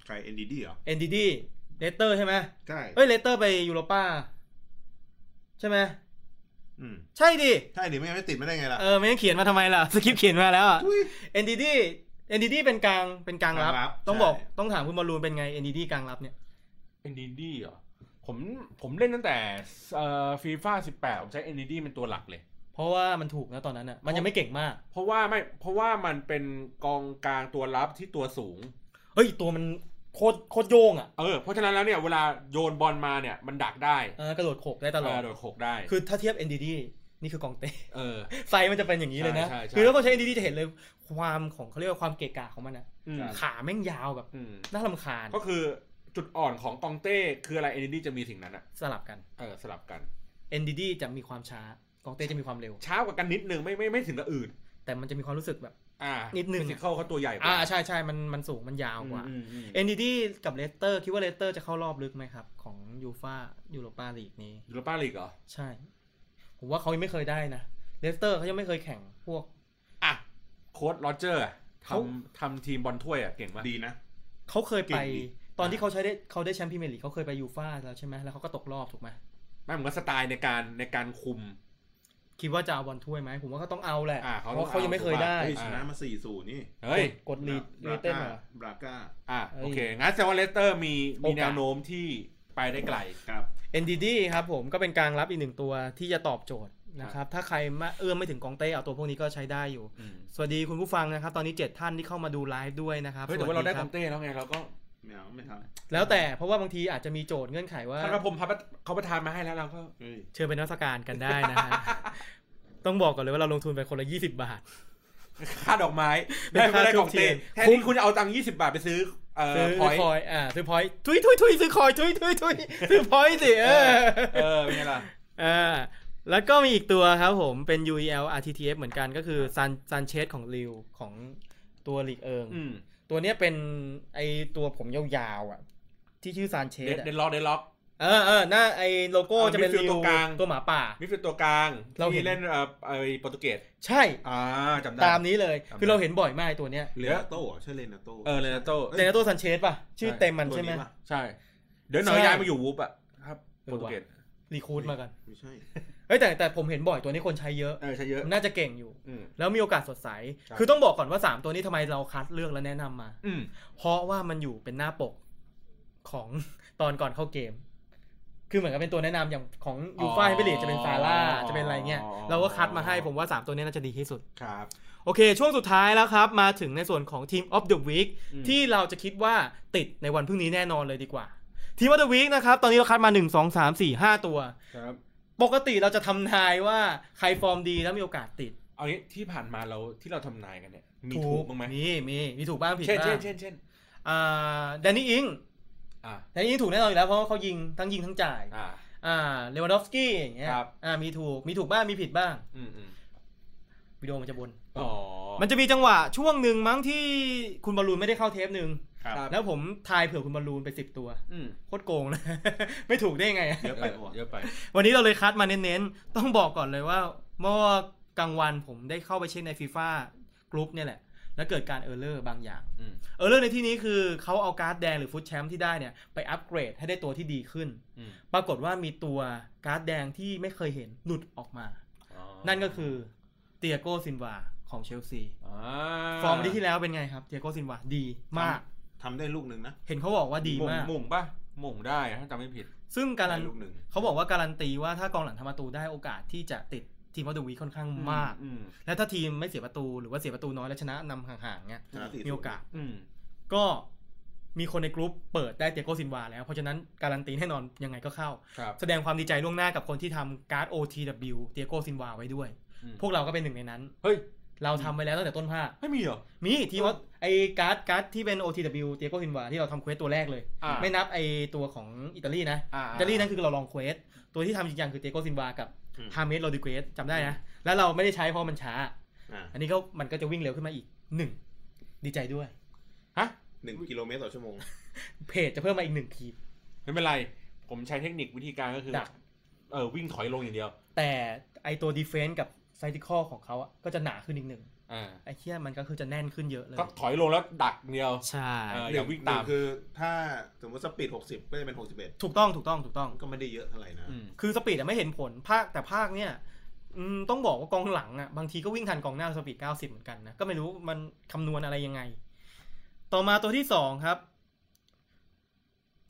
[SPEAKER 4] ใครเอ็นดีดีเหรอ
[SPEAKER 2] n d d เลเตอร์ใช่ไหม
[SPEAKER 4] ใช่
[SPEAKER 2] เอ้ยเลเตอร์ไปยูโรป้าใช่ไหม
[SPEAKER 4] อืม
[SPEAKER 2] ใช่ดิ
[SPEAKER 4] ใช่ดิไม่งั้นไม่ติดไม่ได้ไงล่ะ
[SPEAKER 2] เออไม่งั้นเขียนมาทำไมล่ะ สคริปต์เขียนมาแล้วอ่ะ
[SPEAKER 4] ทุย
[SPEAKER 2] NDD NDD เป็นกลางเป็นกลางรับ
[SPEAKER 4] กลางรับ
[SPEAKER 2] ต้องบอก
[SPEAKER 4] ใช่
[SPEAKER 2] ต้องถามคุณบอลลูนเป็นไง NDD กลางรับเนี่ย
[SPEAKER 3] เอ็นดีดีเหรอผมผมเล่นตั้งแต่เอ่อฟีฟ่าสิบแปดผมใช้เอ็นดีดีเป็นตัวหลักเลย
[SPEAKER 2] เพราะว่ามันถูกนะตอนนั้นอ่ะมันยังไม่เก่งมาก
[SPEAKER 3] เพราะว่าไม่เพราะว่ามันเป็นกองกลางตัวรับที่ตัวสูง
[SPEAKER 2] เฮ้ย ตัวมันโคตรโคตรโยงอ่ะ
[SPEAKER 3] เออเพราะฉะนั้นแล้วเนี่ยเวลาโยนบอลมาเนี่ยมันดักได้
[SPEAKER 2] เออกระโดดโขกได้ตลอด
[SPEAKER 3] เโดยโขกได้
[SPEAKER 2] คือถ้าเทียบ NDD นี่คือกองเต้
[SPEAKER 3] เออ
[SPEAKER 2] ไซส์มันจะเป็นอย่างนี้เลยนะ
[SPEAKER 3] ใช่ใช่ใช่
[SPEAKER 2] คือถ้าคนใช้ NDD จะเห็นเลยความของเขาเรียกว่าความเกะกะของมันอ่ะ
[SPEAKER 3] อืม
[SPEAKER 2] ขาแม่งยาวแบบ
[SPEAKER 3] อืม
[SPEAKER 2] น่าลำคาญ
[SPEAKER 3] ก็คือจุดอ่อนของกองเต้คืออะไรเอ็นดีจะมีสิ่งนั้นอะ
[SPEAKER 2] สลับกัน
[SPEAKER 3] เออสลับกัน
[SPEAKER 2] NDD จะมีความช้ากองเต้จะมีความเร็ว
[SPEAKER 3] ช้ากว่ากันนิดนึงไม่ไม่ไม่ถึงกับอื่น
[SPEAKER 2] แต่มันจะมีความรู้สึกแบบ
[SPEAKER 3] อ่า
[SPEAKER 2] นิดนึง
[SPEAKER 3] ฟิสิกเขาเขาตัวใหญ่กว่า
[SPEAKER 2] อ่าใช่ใช่มันมันสูงมันยาวกว่า
[SPEAKER 3] อืมอืมอืม
[SPEAKER 2] NDD กับเลสเตอร์คิดว่าเลสเตอร์จะเข้ารอบลึกไหมครับ ของยูฟายูโรปาลีกนี้
[SPEAKER 3] ยูโรปาลีกเหรอ
[SPEAKER 2] ใช่ ผมว่าเขายังไม่เคยได้นะเลสเตอร์เขายังไม่เคยแข่งพวก
[SPEAKER 3] อ่ะ โค้ดโรเจอร์อะท
[SPEAKER 2] เขา
[SPEAKER 3] ำทำทีมบอลถ้วยอ่ะ เก่งมาก
[SPEAKER 4] ดีนะ
[SPEAKER 2] เขาเคยไป
[SPEAKER 4] เก่งดิ
[SPEAKER 2] ตอนที่เขาใช้ได้เขาได้แชมป์พรีเมียร์ลีกเขาเคยไปยูฟาแล้วใช่ไหมแล้วเขาก็ตกรอบถูกไหม
[SPEAKER 3] ไม่เหมือนกับสไตล์ในการในการคุม
[SPEAKER 2] คิดว่าจะเอาบอลถ้วยไหมผมว่าเขาต้องเอาแหละ
[SPEAKER 3] อ่าเขา
[SPEAKER 2] เพราะ
[SPEAKER 3] ต้องเอา
[SPEAKER 2] เขายังไม่เคยได้
[SPEAKER 4] เฮ้ยชนะมาสี่ศูนย์นี่
[SPEAKER 3] เฮ้ย
[SPEAKER 2] กดลีด
[SPEAKER 4] บ
[SPEAKER 2] ลี
[SPEAKER 4] รา
[SPEAKER 2] ดเต้น
[SPEAKER 4] ก้า
[SPEAKER 2] เหรอ
[SPEAKER 4] บราก้า
[SPEAKER 3] อ่ะ
[SPEAKER 2] เอ้ย
[SPEAKER 3] โอเค งั้นแซวาเลสเตอร์มีมี
[SPEAKER 2] โอกาส
[SPEAKER 3] แนวโน้มที่ไปได้ไกล
[SPEAKER 4] ครับ
[SPEAKER 2] NDD ครับผมก็เป็นกลางรับอีกหนึ่งตัวที่จะตอบโจทย์นะครับถ้าใครมาเอื้อมไม่ถึงกองเต้เอาตัวพวกนี้ก็ใช้ได้อยู่ สวัสดีคุณผู้ฟังนะครับ ตอนนี้ 7 ท่านที่เข้ามาดูไลฟ์ด้วยนะครับ
[SPEAKER 3] เฮ้ย แต่ว่าเราได้
[SPEAKER 2] ส
[SPEAKER 3] ค
[SPEAKER 2] ส
[SPEAKER 3] อมเต้แล้วไง เราก็
[SPEAKER 4] ไม่เอาไม่ทำ
[SPEAKER 2] แล้วแต่เพราะว่าบางทีอาจจะมีโจทย์เงื่อนไขว่า
[SPEAKER 3] ท่านพระพรหมพับเขาประทานมาให้แล้วเราก็
[SPEAKER 4] เฮ้ย
[SPEAKER 2] เชิญเป็นนักสการกันได้นะฮะ ต้องบอกก่อนเลยว่าเราลงทุนไปคนละ 20 บาท
[SPEAKER 3] ค่าดอก ไม้
[SPEAKER 2] เป็น
[SPEAKER 3] ได้ไม่ได้
[SPEAKER 2] ค่าทู
[SPEAKER 3] ขอ
[SPEAKER 2] บ
[SPEAKER 3] งเต้
[SPEAKER 2] เทียน
[SPEAKER 3] แทนที่คุณจะเอาตังค์ยี่สิบาทไปซื้อเอ่อ
[SPEAKER 2] ซื้อ
[SPEAKER 3] พอยต์
[SPEAKER 2] คอยอ่าซื้อพอยทุยทุยทุยซื้อคอยทุยทุยทุยซื้อพอยสิเอ อ
[SPEAKER 3] เออเป็นไงล่ะ
[SPEAKER 2] อ่าแล้วก็มีอีกตัวครับผมเป็น UEL RTTF เหมือนกันก็คือซันซันเชสของริวของตัวลีกเอิง
[SPEAKER 3] อืม
[SPEAKER 2] ตัวเนี้ยเป็นไอตัวผมยาวๆอ่ะที่ชื่อซานเช
[SPEAKER 3] เด
[SPEAKER 2] ส
[SPEAKER 3] น
[SPEAKER 2] อะ
[SPEAKER 3] เดนล็อกเดนล็อก
[SPEAKER 2] เออเออหน้าไอ้โลโก้
[SPEAKER 3] เออ
[SPEAKER 2] จะเป็น
[SPEAKER 3] midfield
[SPEAKER 2] ริ
[SPEAKER 3] ตัวกลาง
[SPEAKER 2] ตัวหมาป่า
[SPEAKER 3] มิดฟิลด์ตัวกลาง
[SPEAKER 2] เราเห็
[SPEAKER 3] ที่
[SPEAKER 2] น
[SPEAKER 3] เล่นเอ่อไอ้โปรตุเกส
[SPEAKER 2] ใช่
[SPEAKER 3] อ่าจำได้
[SPEAKER 2] ตามนี้เลย
[SPEAKER 4] จำได้
[SPEAKER 2] คือเราเห็นบ่อยมากไอ้ตัวเนี้ย
[SPEAKER 4] เรนาโต้เหรอใช่เรนาโต้
[SPEAKER 3] เออเรนาโต้
[SPEAKER 2] เดนาโตซันเชสป่ะ ชื่อ
[SPEAKER 3] ใช่
[SPEAKER 2] เต็มมันใช่ไหม
[SPEAKER 4] ตัวปะ
[SPEAKER 3] ใช่ เดี๋ยวหน่อย
[SPEAKER 2] ใช่
[SPEAKER 3] ย้ายมาอยู่วูฟอะครับโปรตุเกส
[SPEAKER 2] รีคูดมากัน
[SPEAKER 4] ไม่ใช่
[SPEAKER 2] เฮ้ยแต่แต่ผมเห็นบ่อยตัวนี้คนใช้เยอะ
[SPEAKER 3] เออใช่เยอะ
[SPEAKER 2] น่าจะเก่งอยู่
[SPEAKER 3] อืม
[SPEAKER 2] แล้วมีโอกาสสดใส
[SPEAKER 3] ครับ
[SPEAKER 2] คือต้องบอกก่อนว่า 3 ตัวนี้ทำไมเราคัดเลือกและแนะนำมา
[SPEAKER 3] อืม
[SPEAKER 2] เพราะว่ามันอยู่เป็นหน้าปกของ ตอนก่อนเข้าเกม คือเหมือนกับเป็นตัวแนะนำอย่างของยูฟ่าเปเลีจะเป็นซาร่าจะเป็นอะไรเงี้ยเราก็คัดมาให้ผมว่าสามตัวนี้น่าจะดีที่สุด
[SPEAKER 3] ครับ
[SPEAKER 2] โอเค ช่วงสุดท้ายแล้วครับ มาถึงในส่วนของ Team of the Week
[SPEAKER 3] อืม
[SPEAKER 2] ที่เราจะคิดว่าติดในวันพรุ่งนี้แน่นอนเลยดีกว่า Team of the Week นะครับ ตอนนี้เราคัดมา 1 2 3 4 5 ตัว
[SPEAKER 3] ครับ
[SPEAKER 2] ปกติเราจะทำนายว่าใครฟอร์มดีแล้วมีโอกาสติด
[SPEAKER 3] เอางี้ที่ผ่านมาเราที่เราทำนายกันเนี่ย มีถูกบ้างไหม
[SPEAKER 2] มีมีมีถูกบ้างผิด
[SPEAKER 3] เช่นเช่
[SPEAKER 2] บ้าง
[SPEAKER 3] นเช่นเช่น
[SPEAKER 2] อ่าแดนนี่อิง
[SPEAKER 3] อ่า
[SPEAKER 2] แดนนี่อิงถูกแน่นอนอยู่แล้วเพราะว่าเขายิงทั้งยิงทั้งจ่าย
[SPEAKER 3] อ่า
[SPEAKER 2] อ่าเลวันดอฟสกี้อย่างเงี้ย
[SPEAKER 3] ครับ
[SPEAKER 2] อ่ามีถูกมีถูกบ้างมีผิดบ้าง
[SPEAKER 3] อืมอืม
[SPEAKER 2] วิดีโอมันจะบน
[SPEAKER 3] อ๋อ
[SPEAKER 2] มันจะมีจังหวะช่วงหนึ่งมั้งที่คุณบอลลูนไม่ได้เข้าเทปหนึ่ง
[SPEAKER 4] ครับ
[SPEAKER 2] แล้วผมทายเผื่อคุณบอลลูนไปสิบตัว
[SPEAKER 3] อืม
[SPEAKER 2] โคตรโกงเลย ไม่ถูกได้ยังไงอะ
[SPEAKER 4] เยอะไปปะวะ
[SPEAKER 3] เยอะไป
[SPEAKER 2] วันนี้เราเลยคัดมาเน้นๆ ต้องบอกก่อนเลยว่าเมื่อกลางวันผมได้เข้าไปเช็คในฟีฟ่ากรุ๊ปเนี่ยแหละ แล้วเกิดการเออร์เลอร์บางอย่าง
[SPEAKER 3] อืม
[SPEAKER 2] เออร์เลอร์ในที่นี้คือเขาเอาการ์ดแดงหรือฟุตแชมป์ที่ได้เนี่ยไปอัปเกรดให้ได้ตัวที่ดีขึ้น
[SPEAKER 3] อืม
[SPEAKER 2] ปรากฏว่ามีตัวการ์ดแดงที่ไม่เคยเห็นหลุดออกมา
[SPEAKER 3] อ๋อ
[SPEAKER 2] นั่นก็คือเตียโกซินวาของเชลซี
[SPEAKER 3] อ่า
[SPEAKER 2] ฟอร์มที่ที่แล้วเป็นไงครับเตียโกซินวาดีมาก
[SPEAKER 4] ทำได้ลูกหนึ่งนะ
[SPEAKER 2] เห็นเขาบอกว่าดีมาก
[SPEAKER 3] หม่งป่ะหม่งได้ถ้าจำไม่ผิด
[SPEAKER 2] ซึ่งการัน
[SPEAKER 4] ได้ลูกหนึ่ง
[SPEAKER 2] เขาบอกว่าการันตีว่าถ้ากองหลังทำประตูได้โอกาสที่จะติดทีมวัตดูวีค่อนข้างมาก
[SPEAKER 3] อืม
[SPEAKER 2] และถ้าทีมไม่เสียประตูหรือว่าเสียประตูน้อยและชนะนำห่างๆเนี่ย
[SPEAKER 4] ชนะสี่ศูนย์
[SPEAKER 2] มีโอกาส
[SPEAKER 3] อืม
[SPEAKER 2] ก็มีคนในกรุ๊ปเปิดได้เตียโกซินวาแล้ว เพราะฉะนั้นการันตีแน่นอนยังไงก็เข้า
[SPEAKER 3] ครับ
[SPEAKER 2] แสดงความดีใจล่วงหน้ากับคนที่ทำการ์ด OTW เตียโกซินวาไว้ด้วย
[SPEAKER 3] อืม
[SPEAKER 2] พวกเราก็เป็นหนึ่งในนั้น
[SPEAKER 3] เฮ้ย
[SPEAKER 2] เราทำไว้แล้วตั้งแต่ต้นภาค
[SPEAKER 3] ไม่มีเหรอ
[SPEAKER 2] มีทีมว่าไอ้การ์ดการ์ดที่เป็น OTW เตียโกซินวาที่เราทำเควสตัวแรกเลย
[SPEAKER 3] อ่า
[SPEAKER 2] ไม่นับไอ้ตัวของอิตาลีนะ
[SPEAKER 3] อ่า
[SPEAKER 2] อิตาลีนั่นคือเราลองเควส ตัวที่ทำจริงจังคือเตโกซินวากับ
[SPEAKER 4] อืม
[SPEAKER 2] ฮาเมสโรดิเกสจำได้นะ แล้วเราไม่ได้ใช้เพราะมันช้า
[SPEAKER 4] อ่า
[SPEAKER 2] อันนี้ก็มันก็จะวิ่งเร็วขึ้นมาอีกหนึ่งดีใจด้วย
[SPEAKER 3] ฮะ
[SPEAKER 4] หนึ่งกิโลเมตรต่อชั่วโมง
[SPEAKER 2] เพจจะเพิ่มมาอีกหนึ่งทีม
[SPEAKER 3] ไม่เป็นไร ผมใช้เทคนิควิธีการก็คือ
[SPEAKER 2] ดัก
[SPEAKER 3] เออวิ่งถอยลงอย่างเดียว
[SPEAKER 2] แต่ไอตัวดีเฟน s ์กับไซติคอของเขาอะก็จะหนาขึ้นอีกหนึ่ง
[SPEAKER 3] อ่า
[SPEAKER 2] ไอเคียมันก็คือจะแน่นขึ้นเยอะเลย
[SPEAKER 3] ก็ถอยลงแล้วดักอย่างเดียว
[SPEAKER 2] ใช่
[SPEAKER 3] เออ
[SPEAKER 4] หนึ่
[SPEAKER 3] ย่าวิ่งตาม
[SPEAKER 4] หนึ่คือถ้าสมมติสปีดหกสิบก็จะเป็นหกสิบเอ็ด
[SPEAKER 2] ถูกต้องถูกต้องถูกต้อง
[SPEAKER 4] ก็ไม่ได้เยอะเท่าไหร่นะ
[SPEAKER 3] อืม
[SPEAKER 2] คือสปีดอะไม่เห็นผลภาคแต่ภาคเนี่ยอืมต้องบอกว่ากองหลังอะบางทีก็วิ่งทันกองหน้าสปีด 90 เหมือนกันนะ ก็ไม่รู้มันคำนวณอะไรยังไง ต่อมาตัวที่ 2 ครับ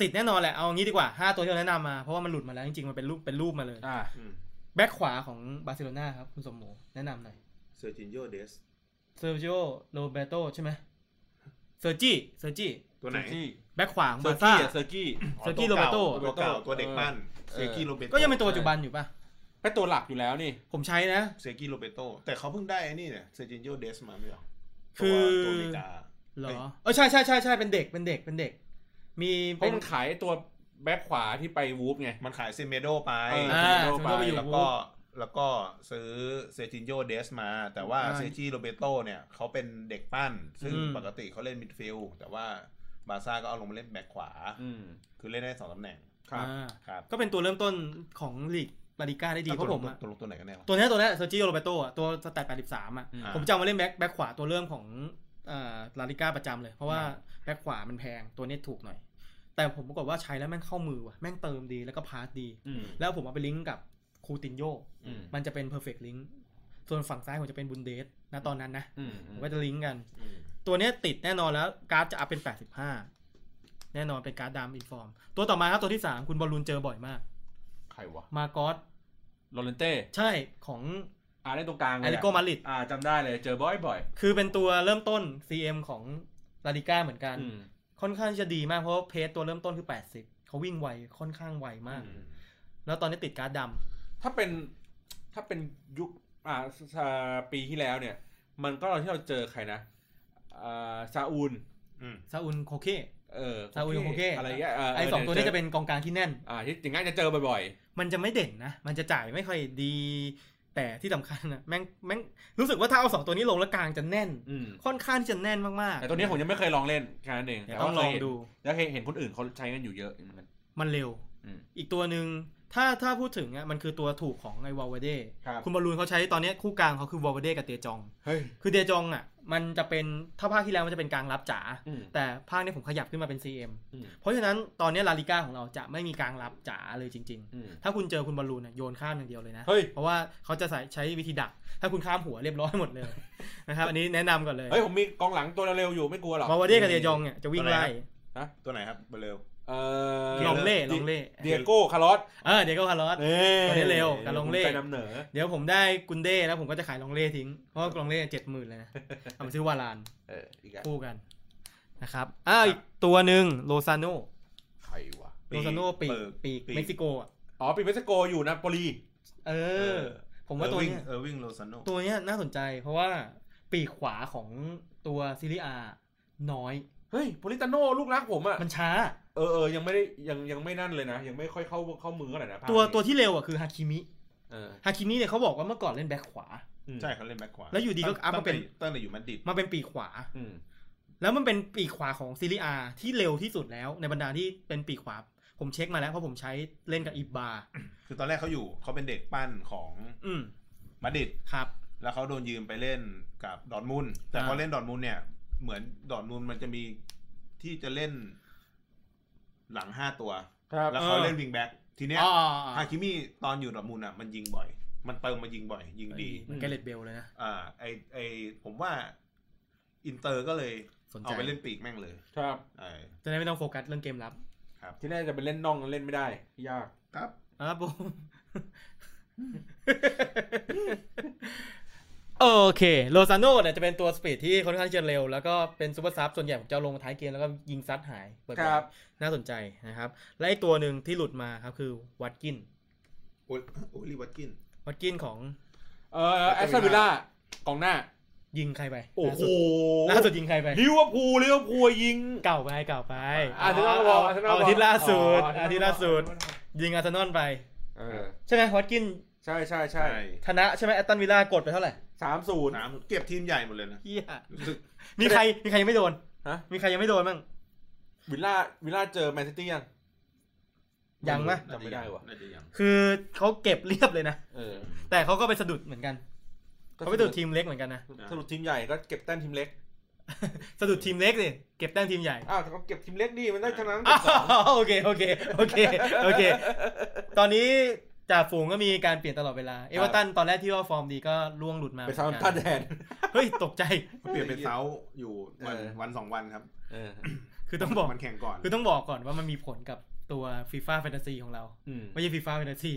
[SPEAKER 2] ติดแน่นอนแหละ เอางี้ดีกว่า 5 ตัวที่เราแนะนำมา เพราะว่ามันหลุดมาแล้วจริงๆ มันเป็นรูปเป็นรูปมาเลย
[SPEAKER 3] อ่า
[SPEAKER 4] อืม
[SPEAKER 2] แบ็คขวาของบาร์เซโลนาครับ คุณสมโมแนะนำหน่อย
[SPEAKER 4] เซอร์จินโยเดส
[SPEAKER 2] เซอร์จิโอโรเบโตใช่ไหมเซอร์จิเซอร์จิ
[SPEAKER 4] ตัวไหน
[SPEAKER 2] แบ็คขวาขอ
[SPEAKER 3] เซอบ
[SPEAKER 2] งา
[SPEAKER 3] ร์
[SPEAKER 2] ร์ซ่า
[SPEAKER 3] กี้อะเซอร์กี้
[SPEAKER 4] อ๋อ
[SPEAKER 2] เซอร์กี้
[SPEAKER 4] วก่า
[SPEAKER 2] โรเบโต้
[SPEAKER 4] ตัวเก่าตัวเด็กปั้น
[SPEAKER 3] เออ
[SPEAKER 4] เซอร์กี้โรเบโต้
[SPEAKER 2] ก็ยังเป็นตัวปัจจุบันอยู่ปะ
[SPEAKER 3] เป็นตัวหลักอยู่แล้วนี่
[SPEAKER 2] ผมใช้นะ
[SPEAKER 4] เซอร์กี้โรเบโต้แต่เขาเพิ่งได้ไอ้นี่เนี่ยเซอร์จินโยเดสมาไม่หรอ
[SPEAKER 2] คือ
[SPEAKER 4] ตัวอเมริกา
[SPEAKER 2] เหรอ
[SPEAKER 4] เอ้ย
[SPEAKER 2] เออใช่ใช่ใช่ใช่เป็นเด็กเป็นเด็กเป็นเด็ก มี
[SPEAKER 3] เพ
[SPEAKER 2] เป็
[SPEAKER 3] ราะ
[SPEAKER 2] น
[SPEAKER 3] มันขายไอ้ตัวแบ็คขวาที่ไปวูฟไง
[SPEAKER 4] มันขายเซเมโดไป
[SPEAKER 3] เออ
[SPEAKER 2] อ่า
[SPEAKER 3] โร
[SPEAKER 2] ส
[SPEAKER 3] เบ
[SPEAKER 2] มม
[SPEAKER 3] โต้
[SPEAKER 2] ติว่าไปอยู่
[SPEAKER 4] แล้ว
[SPEAKER 2] วู
[SPEAKER 4] ก็
[SPEAKER 2] ฟ
[SPEAKER 4] แล้วก็ซื้อเซจินโยเดสมา แต่ว่า
[SPEAKER 2] อ่า
[SPEAKER 4] เซจิโรเบโตเนี่ยเขาเป็นเด็กปั้น ซึ่ง
[SPEAKER 2] อืม
[SPEAKER 4] ปกติเขาเล่นมิดฟิลด์แต่ว่าบาร์ซ่าก็เอาลงมาเล่นแบ็คขวา
[SPEAKER 3] อืม
[SPEAKER 4] คือเล่นได้สองตำแหน่ง
[SPEAKER 3] ครับ
[SPEAKER 2] อ่า
[SPEAKER 4] ครับ
[SPEAKER 2] ก็เป็นตัวเริ่มต้นของลีกลาลิก้าได้ดีเพราะผม
[SPEAKER 4] ตัว
[SPEAKER 2] อะ
[SPEAKER 4] ตัวลงตัวไหนกันแน่วะ
[SPEAKER 2] ตัวเนี้ยตัวเนี้ยเซอร์จิโอโรเบโตอ่ะตัวสแตท83อ่ะ
[SPEAKER 3] อืม
[SPEAKER 2] ผมจะเอามาเล่นแบ็คแบ็คขวาตัวเริ่มของเอ่อลาลิก้าประจำเลย เพราะว่าแบ็คขวามันแพงตัวเนี้ยถูกหน่อย แต่ผมปรากฏว่าใช้แล้วแม่งเข้ามือว่ะแม่งเติมดีแล้วก็พาสดี
[SPEAKER 3] อืม
[SPEAKER 2] แล้วผมเอาไปลิงก์กับคูตินโย
[SPEAKER 3] อืม
[SPEAKER 2] มันจะเป็น perfect link ส่วนฝั่งซ้ายผมจะเป็นบุนเดสนะตอนนั้นนะ
[SPEAKER 3] อืม
[SPEAKER 2] ผมก็จะลิงก์กัน ตัวเนี้ยติดแน่นอนแล้วการ์ดจะอัพเป็น 85 แน่นอนเป็นการ์ดดำอินฟอร์ม ตัวต่อมาครับตัวที่ 3 คุณบอลลูนเจอบ่อยมาก
[SPEAKER 3] ใครวะ
[SPEAKER 2] มากอส
[SPEAKER 3] โรเลนเต้
[SPEAKER 2] ใช่ของ
[SPEAKER 3] อ่าได้ตรงกลางเลย
[SPEAKER 2] แอ
[SPEAKER 3] อะ
[SPEAKER 2] ริโกมาริด
[SPEAKER 3] อ่าจำได้เลยเจอบ่อยบ่อย
[SPEAKER 2] คือเป็นตัวเริ่มต้น CM ของลาลิก้าเหมือนกัน
[SPEAKER 3] ๆอืม
[SPEAKER 2] ค่อนข้างที่จะดีมากเพราะว่าเพจตัวเริ่มต้นคือ 80 เขาวิ่งไว ค่อนข้างไวมาก
[SPEAKER 3] อืม
[SPEAKER 2] แล้วตอนนี้ติดการ์ดด
[SPEAKER 3] ถ้าเป็นถ้าเป็นยุคอ่าอ่าปีที่แล้วเนี่ย มันก็เราที่เราเจอใครนะอ่าซาอูล
[SPEAKER 2] ำซาอุนโคเค
[SPEAKER 3] เออ
[SPEAKER 2] ซาอุลโคเค
[SPEAKER 3] อะไรเงี้ยเ
[SPEAKER 2] ไอสองตัวนี้จะเป็นกองกลางที่แน่น
[SPEAKER 3] อ่าที่อย่างงั้นจะเจอบ่อย
[SPEAKER 2] มันจะไม่เด่นนะ มันจะจ่ายไม่ค่อยดี แต่ที่สำคัญนะแม่งแม่งรู้สึกว่าถ้าเอาสองตัวนี้ลงแล้วกลางจะแน่น
[SPEAKER 3] ๆอืม
[SPEAKER 2] ค่อนข้างที่จะแน่นมากๆ
[SPEAKER 3] แต่ตัวนี้ผมยังไม่เคยลองเล่นแค่นั้นเอง
[SPEAKER 2] เดี๋ยวต้องลองดู
[SPEAKER 3] แต่ว่าเคยเห็นแล้วเคยเห็นคนอื่นเขาใช้กันอยู่เยอะเหมือนกัน
[SPEAKER 2] มันเร็ว
[SPEAKER 3] อืม
[SPEAKER 2] อีกตัวหนึ่งถ้าถ้าพูดถึงอ่ะมันคือตัวถูกของไอวอลเวเด
[SPEAKER 3] ครับ
[SPEAKER 2] คุณบอลลูนเขาใช้ตอนเนี้ยคู่กลางเขาคือวอลเวเดกับเตียจอง
[SPEAKER 3] เฮ้ย
[SPEAKER 2] คือเตียจองอ่ะ มันจะเป็นถ้าภาคที่แล้วมันจะเป็นกลางรับจ๋า
[SPEAKER 3] อืม
[SPEAKER 2] แต่ภาคเนี้ยผมขยับขึ้นมาเป็น CM
[SPEAKER 3] อืม
[SPEAKER 2] เพราะฉะนั้นตอนเนี้ยลาลิก้าของเราจะไม่มีกลางรับจ๋าเลยจริง
[SPEAKER 3] อืม
[SPEAKER 2] ๆ ถ้าคุณเจอคุณบอลลูนอะโยนข้ามอย่างเดียวเลยนะ
[SPEAKER 3] เฮ้ย
[SPEAKER 2] เพราะว่าเขาจะใส่ใช้วิธีดัก ถ้าคุณข้ามหัวเรียบร้อยหมดเลย นะครับอันนี้แนะนำก่อนเลย
[SPEAKER 3] เฮ้ย ผมมีกองหลังตัวเร็วๆอยู่ไม่กลัวหรอก
[SPEAKER 2] วอลเวเดกับเตียจองเนี่ยจะวิ่งไล่
[SPEAKER 4] ตัวไหนครับเบลเลว
[SPEAKER 3] เออ
[SPEAKER 2] ลองเล่ลองเล่
[SPEAKER 3] เดียโก้คาร์ลอส
[SPEAKER 2] เออเดี๋ยวก็คาร์ลอส
[SPEAKER 3] เอ้ย
[SPEAKER 2] ตัวนี้เร็วกับลองเล่
[SPEAKER 3] ใจนำเหนอ
[SPEAKER 2] เดี๋ยวผมได้กุนเด้แล้วผมก็จะขายลองเล่ทิ้ง เพราะว่าลองเล่เจ็ดหมื่นเลยนะ เอามาซื้อวาลาน
[SPEAKER 3] เอออีกอ่ะ
[SPEAKER 2] คู่กันนะครับอ้าวอีกตัวหนึ่งโลซาโน
[SPEAKER 3] ใครวะ
[SPEAKER 4] ปี
[SPEAKER 2] โล
[SPEAKER 4] ก
[SPEAKER 2] ซาโนปีก
[SPEAKER 4] เปิด
[SPEAKER 2] ปีก
[SPEAKER 4] ปีก
[SPEAKER 2] เม็กซิโกอ่ะ
[SPEAKER 3] อ๋อปีเม็กซิโกอยู่นะโปลี
[SPEAKER 2] เออ ผมว่าตัวเนี้ย
[SPEAKER 4] เออร์วิงโลซานโน
[SPEAKER 2] ตัวเนี้ยน่าสนใจ เพราะว่าปีกขวาของตัวซีรีอาน้อย
[SPEAKER 3] เฮ้ยโปลิตาโน่ลูกรักผมอ่ะ
[SPEAKER 2] มันช้า
[SPEAKER 3] เออเออยังไม่ได้ยังยังไม่นั่นเลยนะ ยังไม่ค่อยเข้าเข้ามือเท่าไหร่นะภาค
[SPEAKER 2] ตัว
[SPEAKER 3] นี้
[SPEAKER 2] ตัวที่เร็วอ่ะคือฮาคิมิ
[SPEAKER 3] เออ
[SPEAKER 2] ฮาคิมิเนี่ยเขาบอกว่าเมื่อก่อนเล่นแบ็คขวา
[SPEAKER 3] อืม
[SPEAKER 4] ใช่เขาเล่นแบ็คขวา
[SPEAKER 2] แล้วอยู่ดีก็อัพมาเป็น
[SPEAKER 4] ตั้งแต่อยู่มาดริด
[SPEAKER 2] มาเป็นปีกขวา
[SPEAKER 3] อืม
[SPEAKER 2] แล้วมันเป็นปีกขวาของซีรีอาที่เร็วที่สุดแล้ว ในบรรดาที่เป็นปีกขวา ผมเช็คมาแล้วเพราะผมใช้เล่นกับอิบา
[SPEAKER 4] คือตอนแรกเขาอยู่เขาเป็นเด็กปั้นของ
[SPEAKER 2] อืม
[SPEAKER 4] มาดริด
[SPEAKER 2] ครับ
[SPEAKER 4] แล้วเขาโดนยืมไปเล่นกับดอร์ทมุนด์แต่
[SPEAKER 2] อ่า
[SPEAKER 4] พอเล่นดอร์ทมุนด์เนี่ย เหมือนดอร์ทมุนด์มันจะมีที่จะเล่นหลังห้าตัว
[SPEAKER 3] ครับ
[SPEAKER 4] แล้วเขาเล่นวิงแบ็กทีเนี้ย
[SPEAKER 2] อ๋อ
[SPEAKER 4] ฮาคิมิตอนอยู่ดอร์ทมุนด์อ่ะมันยิงบ่อย มันเติมมายิงบ่อย ยิงดี
[SPEAKER 2] เหมันแกเรตเบลเลยนะ
[SPEAKER 4] อ่า ไอไอผมว่า อินเตอร์ก็เลย
[SPEAKER 2] สนใจ
[SPEAKER 4] เอาไปเล่นปีกแม่งเลย
[SPEAKER 3] ครับ
[SPEAKER 4] ไอ้
[SPEAKER 2] จะได้ไม่ต้องโฟกัสเรื่องเกมรับ
[SPEAKER 3] ที่แรกจะเป็นเล่นน่องเล่นไม่ได้ ยาก
[SPEAKER 4] ครับ
[SPEAKER 2] ครับผม โอเคโลซาโน่เนี่ยจะเป็นตัวสปีดที่ค่อนข้างที่จะเร็ว แล้วก็เป็นซูเปอร์ซับส่วนใหญ่ผมจะเอาลงมาท้ายเกมแล้วก็ยิงซัดหายบ่อยๆ
[SPEAKER 3] ครับ
[SPEAKER 2] น่าสนใจนะครับ และอีกตัวหนึ่งที่หลุดมาครับคือวัตกิน
[SPEAKER 4] โอโอลิวัตกิน
[SPEAKER 2] วัตกินของ
[SPEAKER 3] เออแอสตันวิลล่ากองหน้า
[SPEAKER 2] ยิงใครไป
[SPEAKER 3] โอ้
[SPEAKER 2] ล่า
[SPEAKER 3] โห
[SPEAKER 2] สุดล่าสุดยิงใครไป
[SPEAKER 3] ลิเวอร์พูลลิเวอร์พูลยิง
[SPEAKER 2] เก่าไปเก่าไป
[SPEAKER 3] อาร์เซนอล
[SPEAKER 2] เ
[SPEAKER 3] บอก
[SPEAKER 2] เอาอาทิตย์ล่าสุดอาทิตย์ล่าสุด
[SPEAKER 3] อ๋อ
[SPEAKER 2] ยิงอาร์เซนอลไป
[SPEAKER 3] เออ
[SPEAKER 2] ใช่ไหมวัตกิน
[SPEAKER 3] ใช่ใช่ใช่
[SPEAKER 2] ชนะใช่ไหมแอตตันวิลล่ากดไปเท่าไหร่
[SPEAKER 3] สามศูนย์
[SPEAKER 4] สามเก็บทีมใหญ่หมดเลยนะ
[SPEAKER 2] เฮียมีใครมีใครยังไม่โดน
[SPEAKER 3] ฮะ
[SPEAKER 2] มีใครยังไม่โดนบ้าง
[SPEAKER 3] วิลล่าวิลล่าเจอแมนซิตี้ยัง
[SPEAKER 2] ยังไหม
[SPEAKER 3] จำไม่ได้ว่ะ
[SPEAKER 4] น่าจะยัง
[SPEAKER 2] คือเขาเก็บเรียบเลยนะ
[SPEAKER 3] เออ
[SPEAKER 2] แต่เขาก็ไปสะดุดเหมือนกันเขาไปสะดุดทีมเล็กเหมือนกันนะ
[SPEAKER 3] สรุปทีมใหญ่ก็เก็บแต้มทีมเล็ก
[SPEAKER 2] สะดุดทีมเล็กสิเก็บแต้มทีมใหญ่
[SPEAKER 3] อ้าวแต่ก็เก็บทีมเล็กดิมันได้ชนะ
[SPEAKER 2] อ้าวโอเคโอเคโอเคโอเค ตอนนี้จ่าฝูงก็มีการเปลี่ยนตลอดเวลาเอเวอร์ตันตอนแรกที่ว่าฟอร์มดีก็ล่วงหลุดมา
[SPEAKER 3] ไปซาวน์ตันแทน
[SPEAKER 2] เฮ้ยตกใจ
[SPEAKER 4] เปลี่ยนเป็นเซาอยู่วัน
[SPEAKER 3] เออ
[SPEAKER 4] วันสองวันครับ
[SPEAKER 3] เออ
[SPEAKER 2] คือต้องบอก
[SPEAKER 4] มันแข่งก่อน
[SPEAKER 2] คือต้องบอกก่อนว่ามันมีผลกับตัวฟีฟ่าแฟนตาซีของเรา
[SPEAKER 3] อืม
[SPEAKER 2] ไม่ใช่ฟีฟ่าแฟนตาซี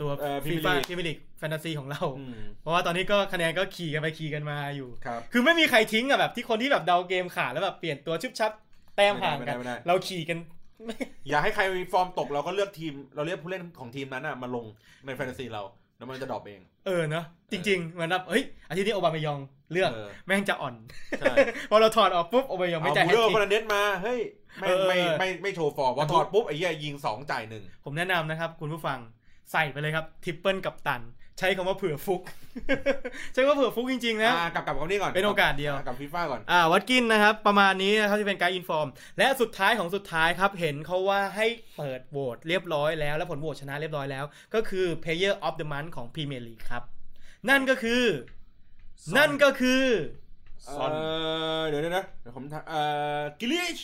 [SPEAKER 2] ตัว
[SPEAKER 3] เอ่อ
[SPEAKER 2] ฟี
[SPEAKER 3] Premier
[SPEAKER 2] ฟ่า
[SPEAKER 3] League
[SPEAKER 2] พรีเมียร์ลีกแฟนตาซีของเรา
[SPEAKER 3] อืม
[SPEAKER 2] เพราะว่าตอนนี้ก็คะแนนก็ขี่กันไปขี่กันมาอยู่
[SPEAKER 3] ครับ
[SPEAKER 2] คือไม่มีใครทิ้งอ่ะแบบที่คนที่แบบเดาเกมขาดแล้วแบบเปลี่ยนตัวชุบชับแต้มห่างกัน
[SPEAKER 3] ไม่ได้ไม่ได้
[SPEAKER 2] เราขี่กัน
[SPEAKER 3] อย่าให้ใครมีฟอร์มตกเราก็เลือกทีม เราเรียกผู้เล่นของทีมนั้นน่ะมาลงในแฟนตาซีเรา แล้วมันจะดรอปเอง
[SPEAKER 2] เออเนาะจริงๆเหมือนแบบเฮ้ยอาทิตย์นี้โอบามายองเลือก
[SPEAKER 3] เออ
[SPEAKER 2] แม่งจะอ่อน
[SPEAKER 3] ใช่
[SPEAKER 2] พอเราถอดออกปุ๊บโอบามายองไม่
[SPEAKER 3] เอา
[SPEAKER 2] จ่าย
[SPEAKER 3] บู
[SPEAKER 2] แฮต
[SPEAKER 3] เดอ
[SPEAKER 2] ท
[SPEAKER 3] ร์
[SPEAKER 2] ริ
[SPEAKER 3] ฟนเด
[SPEAKER 2] ก
[SPEAKER 3] สมาเฮ้ยไม่
[SPEAKER 2] เออ
[SPEAKER 3] ไม่ไม่ไม่โชว์ฟอร์มพอถอดปุ๊บไอ้เหี้ยยิงสองจ่ายหนึ่ง
[SPEAKER 2] ผมแนะนำนะครับ คุณผู้ฟังใส่ไปเลยครับทริปเปิลกับตัน ใช้คำว่าเผื่อฟุก ใช้คำว่าเผื่อฟุกจริงๆนะ
[SPEAKER 3] อ่ากลับกลับเขานี่ก่อน
[SPEAKER 2] เป็นโอกาสเดียว
[SPEAKER 3] กลับฟีฟ่าก่อน
[SPEAKER 2] อ่าวัดกินนะครับ ประมาณนี้นะครับที่เป็นการอินฟอร์ม และสุดท้ายของสุดท้ายครับ เห็นเขาว่าให้เปิดโหวตเรียบร้อยแล้ว และผลโหวตชนะเรียบร้อยแล้ว ก็คือ Player of the Month ของ Premier League ครับ นั่นก็คือ นั่นก็คือ
[SPEAKER 4] ซ่อน
[SPEAKER 3] เอเดี๋ยวเดี๋ยวนะเดี๋ยวผมถามเอ่อกิลิช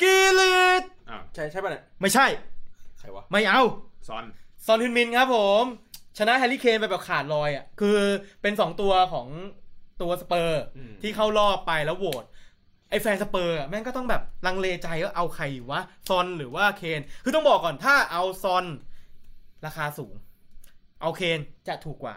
[SPEAKER 2] กิลิต
[SPEAKER 4] อ่าว
[SPEAKER 3] ใช่ใช่ป่ะเนี่ย
[SPEAKER 2] ไม่ใช่
[SPEAKER 3] ใครวะ
[SPEAKER 2] ไม่เอา
[SPEAKER 4] ซอน
[SPEAKER 2] ซอนฮึนมินครับผม ชนะแฮร์รี่เคนไปแบบขาดลอยอ่ะ คือเป็น 2 ตัวของตัวสเปอร์
[SPEAKER 3] อืม
[SPEAKER 2] ที่เข้ารอบไปแล้วโหวตไอ้แฟนสเปอร์อะแม่งก็ต้องแบบลังเลใจว่าเอาใครวะ ซอนหรือว่าเคน คือต้องบอกก่อนถ้าเอาซอนราคาสูง เอาเคนจะถูกกว่า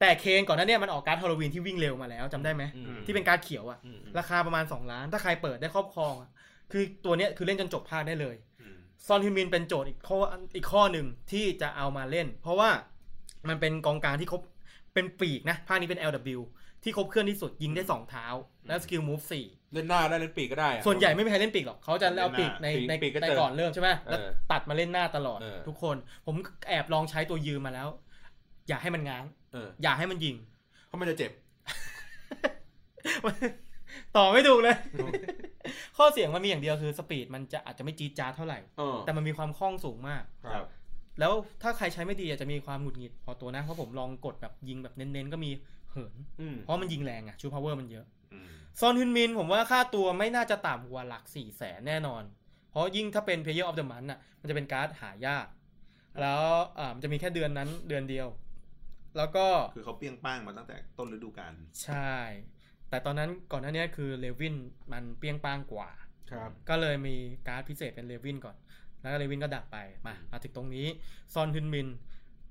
[SPEAKER 2] แต่เคนก่อนหน้าเนี้มันออกการ์ดฮาโลวีนที่วิ่งเร็วมาแล้วจำได้ไหม
[SPEAKER 3] อืม
[SPEAKER 2] ที่เป็นการ์ดเขียวอะ
[SPEAKER 3] อืม
[SPEAKER 2] ราคาประมาณ 2 ล้าน ถ้าใครเปิดได้ครอบครองอะคือตัวเนี้ยคือเล่นจนจบภาคได้เลย
[SPEAKER 4] อืม
[SPEAKER 2] ซอนฮิมินเป็นโจทย์อีกข้ออีกข้อหนึ่งที่จะเอามาเล่น เพราะว่ามันเป็นกองกลางที่ครบเป็นปีกนะภาคนี้เป็น LW ที่ครบเครื่องที่สุดยิงได้ 2 เท้า และสกิลมูฟสี่
[SPEAKER 3] เล่นหน้าได้เล่นปีกก็ได้อะ
[SPEAKER 2] ส่วนใหญ่ไม่มีใครเล่นปีกหรอก เขาจะเอาปีกในใน
[SPEAKER 3] ปีกก็เจอ
[SPEAKER 2] ในก่อนเริ่มใช่ไหมแล้ว
[SPEAKER 3] เออ
[SPEAKER 2] ตัดมาเล่นหน้าตลอด
[SPEAKER 3] เออ
[SPEAKER 2] ทุกคน ผมแอบลองใช้ตัวยืมมาแล้ว อย่าให้มันง้าง
[SPEAKER 3] เออ
[SPEAKER 2] อย่าให้มันยิง
[SPEAKER 3] เพราะมันจะเจ็บ
[SPEAKER 2] ต่อไม่ถูกเลย
[SPEAKER 3] ถูก
[SPEAKER 2] ข้อเสียงมันมีอย่างเดียวคือสปีดมันจะอาจจะไม่จี๊ดจ๊าดเท่าไหร่
[SPEAKER 3] เออ
[SPEAKER 2] แต่มันมีความคล่องสูงมาก
[SPEAKER 3] ครับ
[SPEAKER 2] แล้วถ้าใครใช้ไม่ดีอาจจะมีความหงุดหงิดพอตัวนะ เพราะผมลองกดแบบยิงแบบเน้นๆ ก็มีเหิน
[SPEAKER 3] อืม
[SPEAKER 2] เพราะมันยิงแรงอะชูพาวเวอร์มันเยอะ
[SPEAKER 4] อืม
[SPEAKER 2] ซอนฮึนมินผมว่าค่าตัวไม่น่าจะต่ำกว่าหลัก4ี่แสนแน่นอน เพราะยิ่งถ้าเป็น Player of the Month น่ะมันจะเป็นการ์ดหายาก แล้วอ่ามันจะมีแค่เดือนนั้นเดือนเดียว แล้วก็
[SPEAKER 4] คือเขาเปรี้ยงป้างมาตั้งแต่ต้นฤดูกาล
[SPEAKER 2] ใช่ แต่ตอนนั้นก่อนหน้าเนี้ยคือเลวินมันเปรี้ยงป้างกว่า
[SPEAKER 3] ครับ
[SPEAKER 2] ก็เลยมีการ์ดพิเศษเป็นเลวินก่อน แล้วก็เลวินก็ดับไป มามาถึงตรงนี้ ซอนฮึนมิน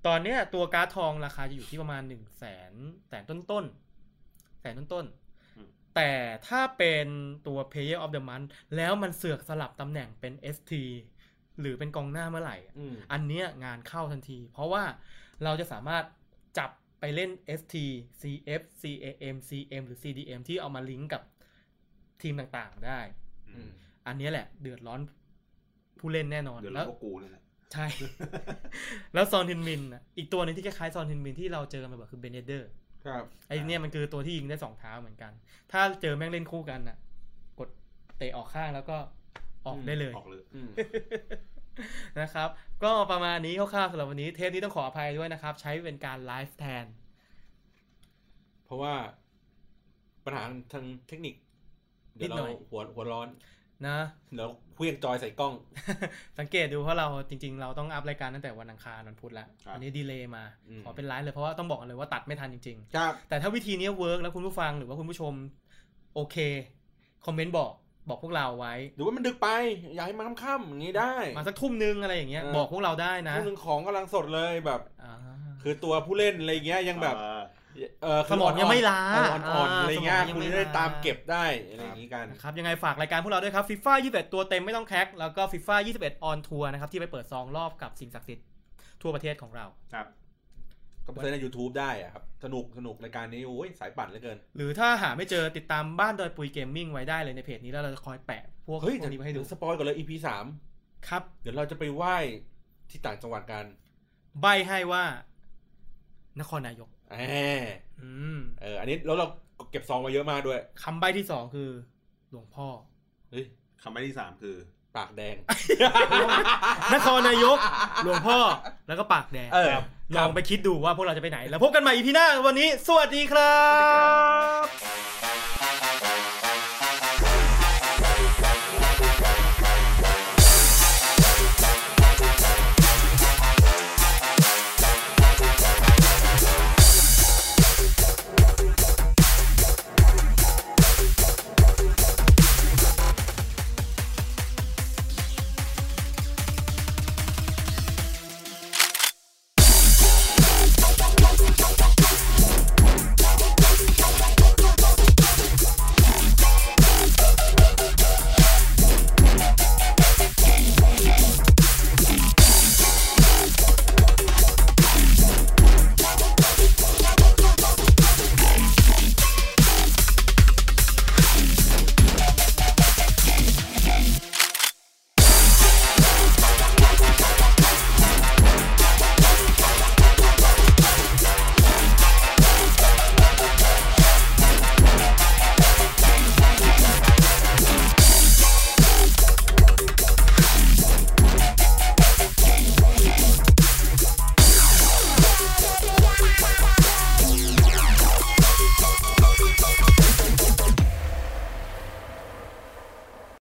[SPEAKER 2] ตอนเนี้ยตัวการ์ดทองราคาจะอยู่ที่ประมาณหนึ่งแสนแสนต้นต้นๆแสนต้นต้นๆแต่ถ้าเป็นตัว Player of the Month แล้วมันเสือกสลับตำแหน่งเป็น ST หรือเป็นกองหน้าเมื่อไหร่อะ
[SPEAKER 3] อืม
[SPEAKER 2] อันเนี้ยงานเข้าทันที เพราะว่าเราจะสามารถจับไปเล่น ST CF CAM CM หรือ CDM ที่เอามาลิงก์กับทีมต่างๆได้
[SPEAKER 4] อื
[SPEAKER 3] อื
[SPEAKER 4] ม
[SPEAKER 3] ม
[SPEAKER 2] อันเนี้ยแหละเดือดร้อนผู้เล่นแน่นอน
[SPEAKER 4] เดี๋ยว
[SPEAKER 2] แล้
[SPEAKER 4] เรา
[SPEAKER 2] ว
[SPEAKER 4] ก็กูนั่นแหละ
[SPEAKER 2] ใช่ แล้วซอนทินมินน่ะอีกตัวหนึงที่คล้ายๆซอนทินมินที่เราเจอกันบ่อยๆคือเบเนเดอร์
[SPEAKER 3] ครับ
[SPEAKER 2] ไอเนี่ยมันคือตัวที่ยิงได้สองเท้าเหมือนกัน ถ้าเจอแม่งเล่นคู่กันน่ะ กดเตะออกข้างแล้วก็ออกได้เลย
[SPEAKER 4] ออกเลย
[SPEAKER 3] อืม
[SPEAKER 2] นะครับ ก็ประมาณนี้คร่าวๆสำหรับวันนี้เทปนี้ต้องขออภัยด้วยนะครับ ใช้เป็นการไลฟ์แทน
[SPEAKER 3] เพราะว่าปัญหาทางเทคนิค เดี๋ยว
[SPEAKER 2] นิดหน่
[SPEAKER 3] เรา
[SPEAKER 2] อย
[SPEAKER 3] หัวหัวร้อน
[SPEAKER 2] นะ
[SPEAKER 3] เดี๋ยวเครื่องจอยใส่กล้อง
[SPEAKER 2] สังเกตดูเพราะเราจริงๆ เราต้องอัพรายการตั้งแต่วันอังคารวันพุธแล้ว
[SPEAKER 4] ครับ
[SPEAKER 2] อันนี้ดีเลย์มา
[SPEAKER 3] อืม
[SPEAKER 2] ขอเป็นไลฟ์เลยเพราะว่าต้องบอกกันเลยว่าตัดไม่ทันจริง ๆ
[SPEAKER 3] ครับ
[SPEAKER 2] แต่ถ้าวิธีเนี้เวิร์กแล้วคุณผู้ฟังหรือว่าคุณผู้ชมโอเค คอมเมนต์บอกบอกพวกเราไว้
[SPEAKER 3] หรือว่ามันดึกไป อยากให้มันค่ำๆอย่างนี้ได้
[SPEAKER 2] มาสักทุ่มนึงอะไรอย่างเงี้ย
[SPEAKER 3] เออ
[SPEAKER 2] บอกพวกเราได้นะ
[SPEAKER 3] ช่วงหนึ่งของกำลังสดเลยแบบ
[SPEAKER 2] อ่า
[SPEAKER 3] คือตัวผู้เล่นอะไรอย่างเงี้ยยังแบบ
[SPEAKER 4] เอ่อ
[SPEAKER 3] เออคื
[SPEAKER 2] สมองยังไม่ล้า
[SPEAKER 3] เอออ่อนๆ
[SPEAKER 2] อ่า
[SPEAKER 3] อะไรเงี้ย
[SPEAKER 2] สมองยัง
[SPEAKER 3] คุณ
[SPEAKER 2] ไม่
[SPEAKER 3] จะได้
[SPEAKER 2] ล้า
[SPEAKER 3] ตามเก็บได้อะไรอย่างงี้กัน
[SPEAKER 2] นะครับยังไงฝากรายการพวกเราด้วยครับฟีฟ่า21 ตัวเต็มไม่ต้องแคกแล้วก็ฟีฟ่า21 ออนทัวร์นะครับ ที่ไปเปิดซองรอบกับสิ่งศักดิ์สิทธิ์ทั่วประเทศของเรา
[SPEAKER 4] ครับ
[SPEAKER 3] ก็ไปเซิร์ชใน YouTube ได้อะครับ สนุกสนุกรายการนี้โอ้ยสายปั่นเหลือเกิน
[SPEAKER 2] หรือถ้าหาไม่เจอติดตามบ้านดอยปุยเกมมิ่งไว้ได้เลยในเพจนี้แล้วเราจะคอยแปะพวกพว
[SPEAKER 3] เฮ้ย
[SPEAKER 2] กนี้ไว้ให้ดู
[SPEAKER 3] เยวสปอยก่อนเลย EP สาม
[SPEAKER 2] ครับ
[SPEAKER 3] เดี๋ยวเราจะไปไหว้ที่ต่างจังหวัดกัน
[SPEAKER 2] ใบให้ว่า นครนายก
[SPEAKER 3] เออ
[SPEAKER 2] อืม
[SPEAKER 3] เออ อันนี้แล้วเราเก็บซองมาเยอะมากด้วย
[SPEAKER 2] คำใบ้ที่สองคือ หลวงพ่อ
[SPEAKER 3] เฮ้ย
[SPEAKER 4] คำใบ้ที่สามคือ
[SPEAKER 3] ปากแดง
[SPEAKER 2] นครนายก หลวงพ่อแล้วก็ปากแดง
[SPEAKER 3] เออ
[SPEAKER 2] ลองไปคิดดูว่าพวกเราจะไปไหน แล้วพบกันใหม่อีพีหน้าวันนี้ สวัสดีครับ